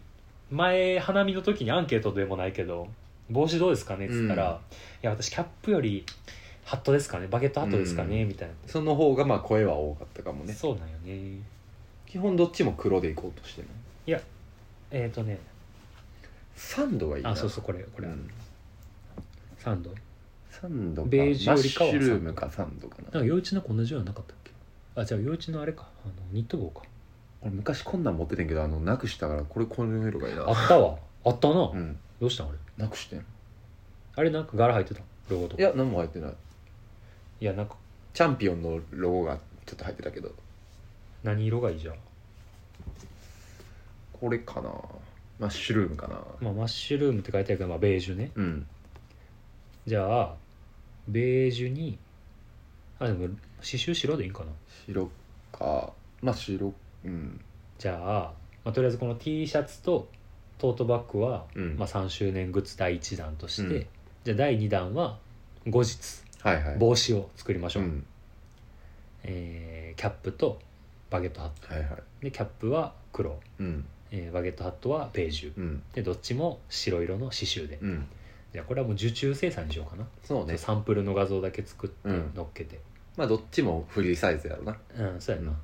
前花見の時にアンケートでもないけど帽子どうですかねっつったら、うんいや私キャップよりハットですかねバゲットハットですかね、うんみたいな、その方がまあ声は多かったかもねそうなんよね基本どっちも黒でいこうとしてねえっ、とねサンドがいいなあそうそうこれこれ、うんサンドサンドかベージュよりかはマッシュルームかサンドかななんか陽一の子同じようなのなかったっけあじゃあ陽一のあれかあのニット帽か俺昔こんなん持っててんけどあのなくしたからこれこの色がいいなあったわあったな、うんどうしたんあれなくしてんあれなんか柄入ってたロゴといかや何も入ってないいやなんかチャンピオンのロゴがちょっと入ってたけど何色がいいじゃんこれかなマッシュルームかなまあマッシュルームって書いてあるけど、まあ、ベージュねうんじゃあベージュにあでも刺繍白でいいんかな白かまあ白うんじゃあ、まあ、とりあえずこの T シャツとトートバッグは、うんまあ、3周年グッズ第1弾として、うんじゃあ第2弾は後日はいはい帽子を作りましうょう、んえーキャップとバゲットハットはいはいでキャップは黒、うんえーバゲットハットはベージュうんでどっちも白色の刺繍で、うんじゃあこれはもう受注生産にしようかな、そうねサンプルの画像だけ作ってうん乗っけてまあどっちもフリーサイズやろなうん、そうやな、うん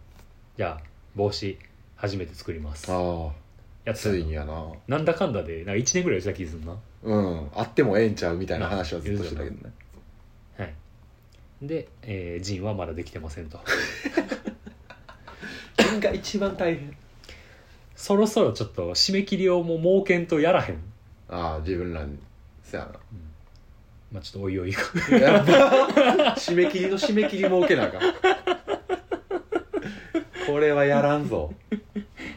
じゃあ帽子初めて作りますあやあったなついにやななんだかんだでなんか1年ぐらいした気すんなうんあってもええんちゃうみたいな話はずっとしてたけどねはいで、えージンはまだできてませ んとそれが一番大変そろそろちょっと締め切りをもう設けんとやらへん、ああ自分らにそやまあ、ちょっとおいおいなやっぱ締め切りの締め切りも受けなあかん これはやらんぞ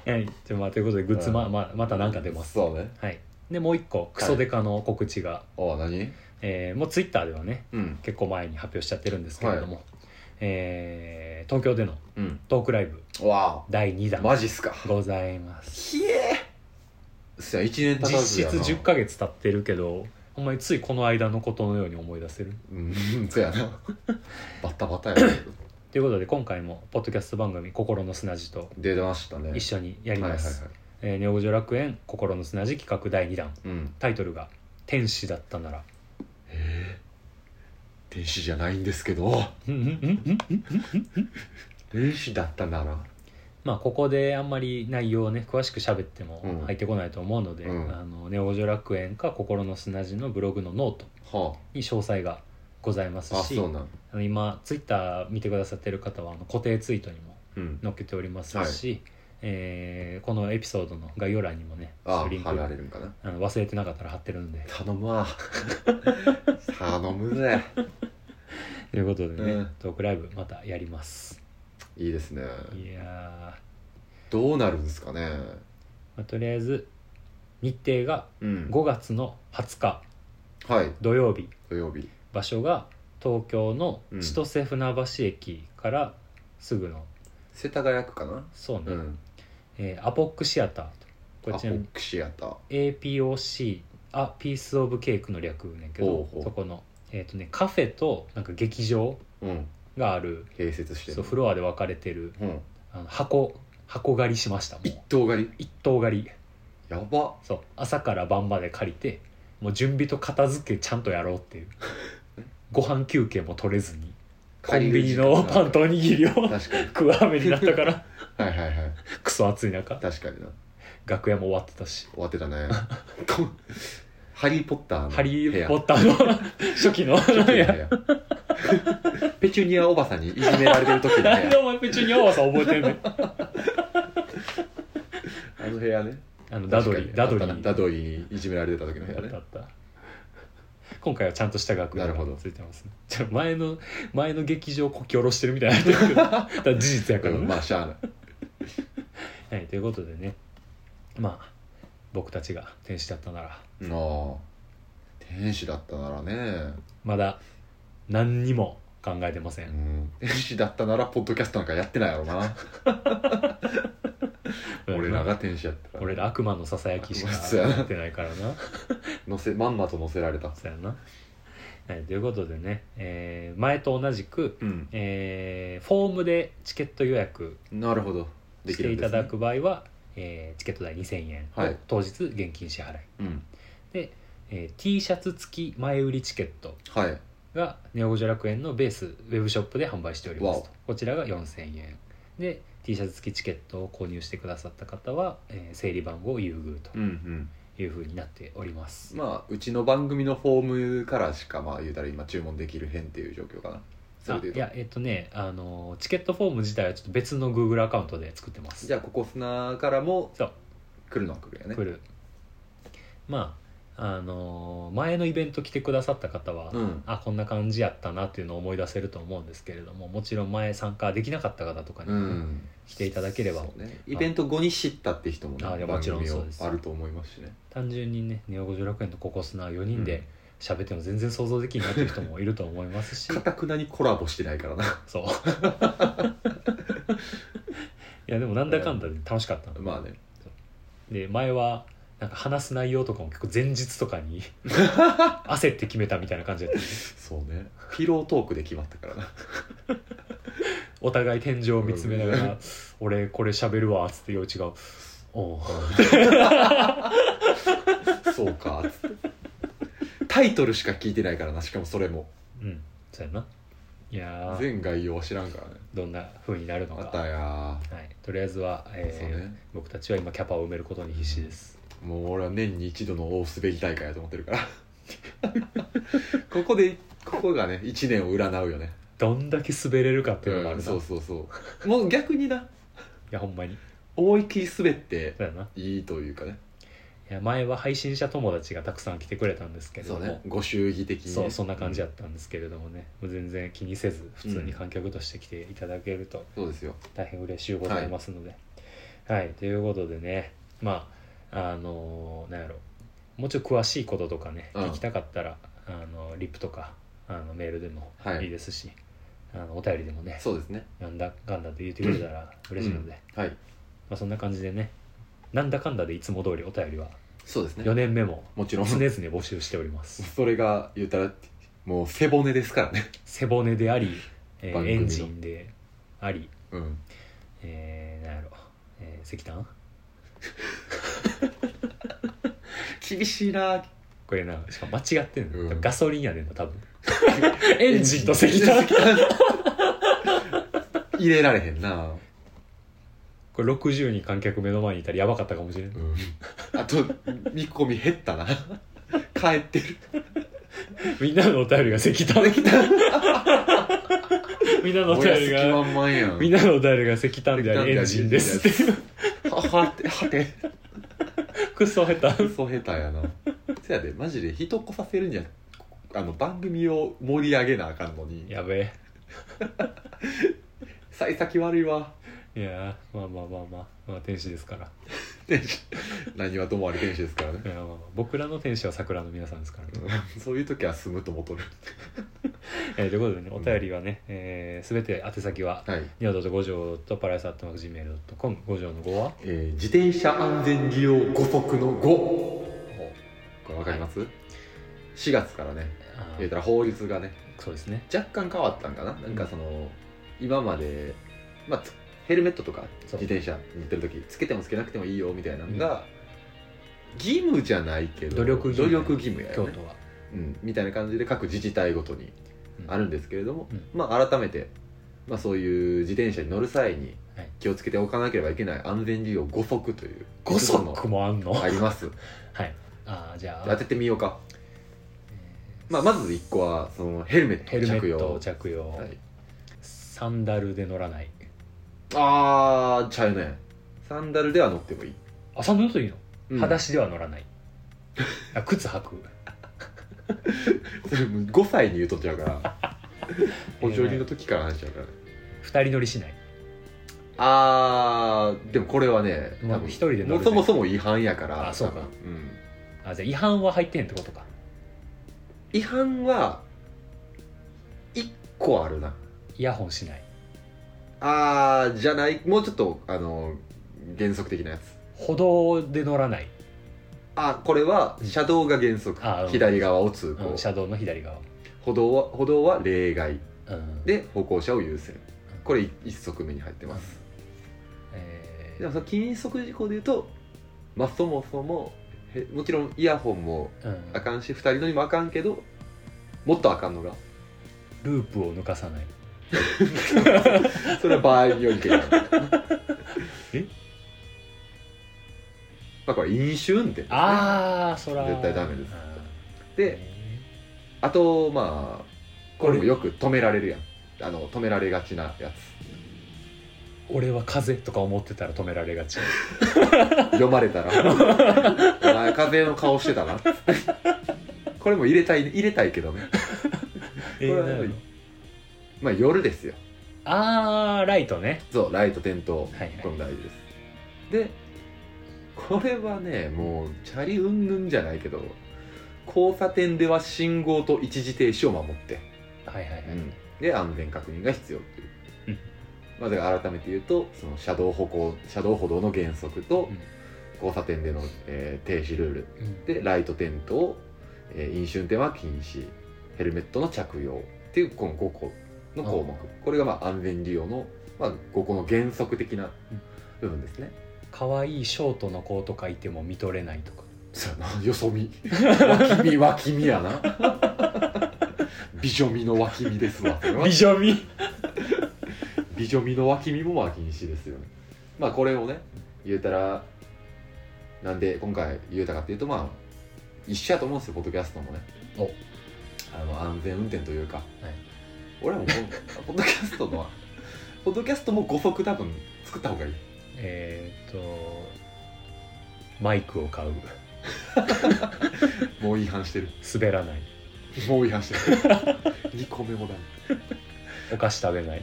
はいじゃあまあということでグッズま,、うまあ、また何か出ますそうねはいでもう一個クソデカの告知が、ああ何えーもうツイッターではねうん結構前に発表しちゃってるんですけれども、えー東京でのうんトークライブわ第2あ弾マジっすかございますひえそや1年経たず実やな質10ヶ月経ってるけどほんまについこの間のことのように思い出せるうん そやなバッタバタやけどということで今回もポッドキャスト番組「心の砂地」と 出ましたね一緒にやりますはいはいはい「えーネオ五条楽園心の砂地」企画第2弾うんタイトルが「天使だったなら天使じゃないんですけど」うんうんうんうん天使だったならまあここであんまり内容をね詳しく喋ってもうん入ってこないと思うので、うんあのネオ五条楽園か心の砂地のブログのノートはに詳細がございますああしそうなんあの今ツイッター見てくださってる方はあの固定ツイートにもうん載っけておりますし、えーこのエピソードの概要欄にもねああリンク貼られるんかなあの忘れてなかったら貼ってるんで頼むわ 頼むぜということでね、うんトークライブまたやりますいいですねいやー、まどうなるんですかねあ、とりあえず日程がうん5月の20日はい土曜日土曜日場所が東京のうん千歳船橋駅からすぐの、世田谷区かなそうね、うんえーアポックシアターとこアれポちなみッにクシアター APOC あピース・オブ・ケークの略ねんけどほうほうそこの、えーとね、カフェとなんか劇場うんがある併設してそうるフロアで分かれてるうんあの箱箱狩りしましたもう 一頭狩り一頭狩りやばそう朝から晩まで借りてもう準備と片付けちゃんとやろうっていう ご飯休憩も取れずにコンビニのパンとおにぎ りを確かに食わ雨になったからはいはいはいクソ暑い中確かにな楽屋も終わってたし終わってたね こハリー・ポッター「のハリ部ー・屋ポッター」の初期の初期の部い や屋ペチュニアおばさんにいじめられてる時の部なんで屋お前ペチュニアおばさん覚えてんねんあの部屋ね あのダドリーダドリ確かにーダドリーにいじめられてた時の部屋あねったあった今回はちゃんとした額なるほどついてますねじゃあ前の前の劇場こき下ろしてるみたいになってるけどだから事実やからね、うん まあしゃあないはい、ということでねまあ僕たちが天使だったならうんああ天使だったならね、まだ何にも考えてませ、うんん、天使だったならポッドキャストなんかやってないやろ な俺らが天使やったら俺ら悪魔のささやきしかそうやなやってない からな乗せまんまと乗せられたそうやな、はい、ということでね、えー前と同じく、うんえーフォームでチケット予約なるほどでしきるてんいです、ね、ただく場合は、えーチケット代2000円、はい当日現金支払いうんで、えー T シャツ付き前売りチケットはいがネオ五条楽園のベースウェブショップで販売しておりますわとこちらが4000円で T シャツ付きチケットを購入してくださった方は、えー整理番号優遇うんうんというふうになっております、まあうちの番組のフォームからしかまあ言うたら今注文できるへんっていう状況かなそあれで言ういやとえっ、とねあのチケットフォーム自体はちょっと別の Google アカウントで作ってますじゃあここ砂からもそう来るのは来るよね来るまあの前のイベント来てくださった方は、うんあこんな感じやったなっていうのを思い出せると思うんですけれどももちろん前参加できなかった方とかにうもねん来ていただければ、そうね、イベント後に知ったって人もねあいやも番ちろん組そをうですあると思いますしね単純にね「ネオ56園とココスナ」4人うんで喋っても全然想像できないっていう人もいると思いますしかたくなにコラボしてないからな そういやでもなんだかんだで楽しかったのまあねで前はなんか話す内容とかも結構前日とか に焦って決めたみたいな感じだったそうねピロートークで決まったからなお互い天井を見つめながら「俺これ喋るわ」っつって陽一が「おうそうか つってタイトルしか聞いてないからなしかもそれもうんそうやないやー全概要は知らんからねどんな風になるのまか、たはやい、とりあえずは、ー、えそうーね僕たちは今キャパを埋めることに必死ですもう俺は年に一度の大滑り大会やと思ってるから ここでここがね1年を占うよねどんだけ滑れるかっていうのがあうるんな、そういそうそうもう逆になやほんまに思いっきり滑ってそうやないいというかねや前は配信者友達がたくさん来てくれたんですけれどもご祝儀的にねそうそんな感じだったんですけれどもね、もう全然気にせず普通に観客として来ていただけるとそうですよ大変嬉しいございますのではい、ということでねまああのーなんやろもうちょい詳しいこととかね、うん聞きたかったらあのリップとかあのメールでもはいいいですし、あのお便りでもねそうですねなんだかんだって言ってくれたら嬉しいので、まはいあ、そんな感じでねなんだかんだでいつも通りお便りはそうです4ね年目ももち常ろん々募集しておりますそれが言ったらもう背骨ですからね背骨であり、えー番組エのンジンであり、うんえー、なんやろ、えー石炭厳しいなこれなしかも間違ってんの、うんガソリンやねんな多分 エンジンと石炭 入れられへんな、これ60人観客目の前にいたらやばかったかも しれん、うん、あと見込み減ったな 帰ってるみんな のお便りが石炭みんなのお便やりすきが満々や んみんなのお便りが石炭でありエンジンですっていうははてはてクソ下手クソ下手やなせやでマジで人来させるにはあの番組を盛り上げなあかんのにやべえ幸先悪いわ いやーまあまあまあまあ、まあ、天使ですから天使何はともあれ天使ですからねいやまあまあ僕らの天使は桜の皆さんですからね、そういう時は住むともとるえーということでねお便りはね、えー、全て宛先ははい、ニオドと五条とパライスアットマーク Gmail.com 五条の5はえー自転車安全利用五足の5これわかります、4月からねあ言うーたら法律がねそうですね若干変わったんかななんかその、今まで、まあ、つヘルメットとかそ自う転車乗ってる時つけてもつけなくてもいいよみたいなのが、義務じゃないけど努力義務努力義務や京よね都はうん、みたいな感じで各自治体ごとにあるんですけれども、うんまあ、改めて、まあ、そういう自転車に乗る際にはい気をつけておかなければいけない安全利用5足という5足のもあんのあり ますはいあーじゃ当あててみようか、まあ、まず1個はそのヘルメッヘトルメ着ッ用ト着用、はい、サンダルで乗らないあーちゃうねサンダルでは乗ってもいい、あサンダルといいの、うん裸 足では乗らないあ靴履くそれもう5歳に言うとっちゃうから お上着の時から話しちゃうから、ね、二人乗りしないあーでもこれはねまあ多分一人で乗るもうそもそも違反やからあそうか多分うんあじゃあ違反は入ってへんってことか違反は1個あるなイヤホンしないあーじゃないもうちょっとあの原則的なやつ歩道で乗らない、あこれは車道が原則、あうん左側を通行、うん、車道の左側歩道は歩道は例外うんで歩行者を優先これ1足目に入ってます、えでもーその禁則事項でいうとまあそもそもへもちろんイヤホンもうんあかんし2人乗りもあかんけどもっとあかんのがループを抜かさないそれは場合によりけり えまあこれ飲酒運転ですねああそら絶対ダメですあーであとまあこれもよく止められるやんあの止められがちなやつ俺は風邪とか思ってたら止められがち読まれたら お前風の顔してたなこれも入れたい入れたいけどねえこれはーなるほどまあ夜ですよあーライトねそうライト点灯、はいはいこれも大事ですでこれはねもうチャリうんぬんじゃないけど交差点では信号と一時停止を守って、はいはいはい、で安全確認が必要っていう、うんまあ、だから改めて言うとその車道歩行車道歩道の原則と、うん交差点での、えー停止ルールうんでライト点灯、えー飲酒運転は禁止ヘルメットの着用っていうこの5個の項目これがまあ安全利用の、まあ、5個の原則的な部分ですね。可愛いショートの子とかいても見とれないとかそうやなよそ見脇見脇見やな 美女見の脇見ですわそれは美女見美女見の脇見もは禁止ですよねまあこれをね言うたらなんで今回言うたかっていうとまあ一緒やと思うんですよポッドキャストもねおあの安全運転というか、い俺らもこのポッドキャストのはポッドキャストも5足多分作った方がいいえーっとマイクを買うもう違反してる滑らないもう違反してる2個目もダお菓子食べない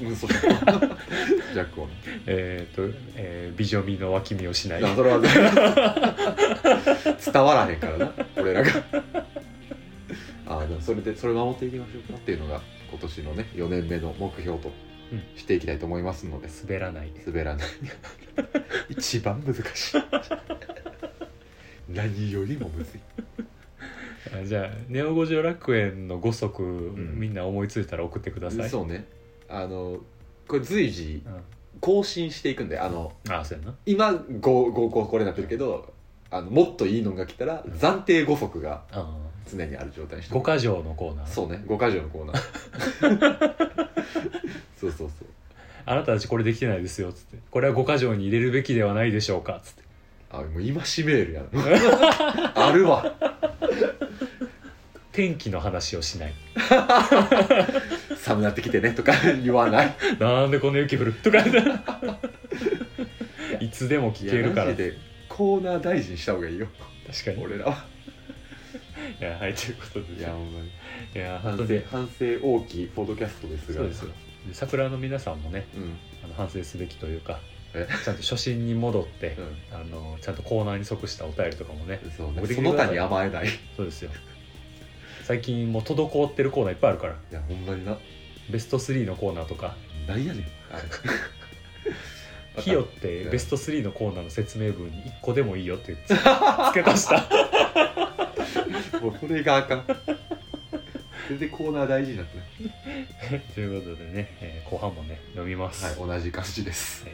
メ うんそうだジャックはねえーっと、えー美女見の脇見をしないいやそれ はね伝わらへんからな俺らがあーでもそれでそれ守っていきましょうかっていうのが今年のね4年目の目標とうんしていきたいと思いますので、滑らない 滑らない一番難しい何よりもむずいあじゃあネオ五条楽園の5足、んみんな思いついたら送ってくださいそうねあのこれ随時うん更新していくんであのあそうやな今 5, 5個これになってるけどあのもっといいのが来たら暫定5足があ常にある状態にしてお五く箇条のコーナーそうね5箇条のコーナー そうそうそうあなたたちこれできてないですよっつってこれは五箇条に入れるべきではないでしょうかっつってあもう今しめるやん あるわ天気の話をしない寒なってきてねとか言わないなんでこんな雪降るとか いつでも聞けるかいやらマジでコーナー大事にした方がいいよ確かに俺らはいやはいということでいやほんまにいや反本当省に反省大きいポッドキャストですがそうですよ桜の皆さんもねうんうんあの反省すべきというかえちゃんと初心に戻ってあのちゃんとコーナーに即したお便りとかもねそう送ってねきてそくださのい他に甘えないいそうですよ最近もう滞ってるコーナーいっぱいあるからやほんまになベスト3のコーナーとかな んやねん「ひよ」ってベスト3のコーナーの説明文に1個でもいいよって つ付け足した もうそれがあかん全然コーナー大事になってないということでね、えー後半もね飲みます、はい同じ感じですえ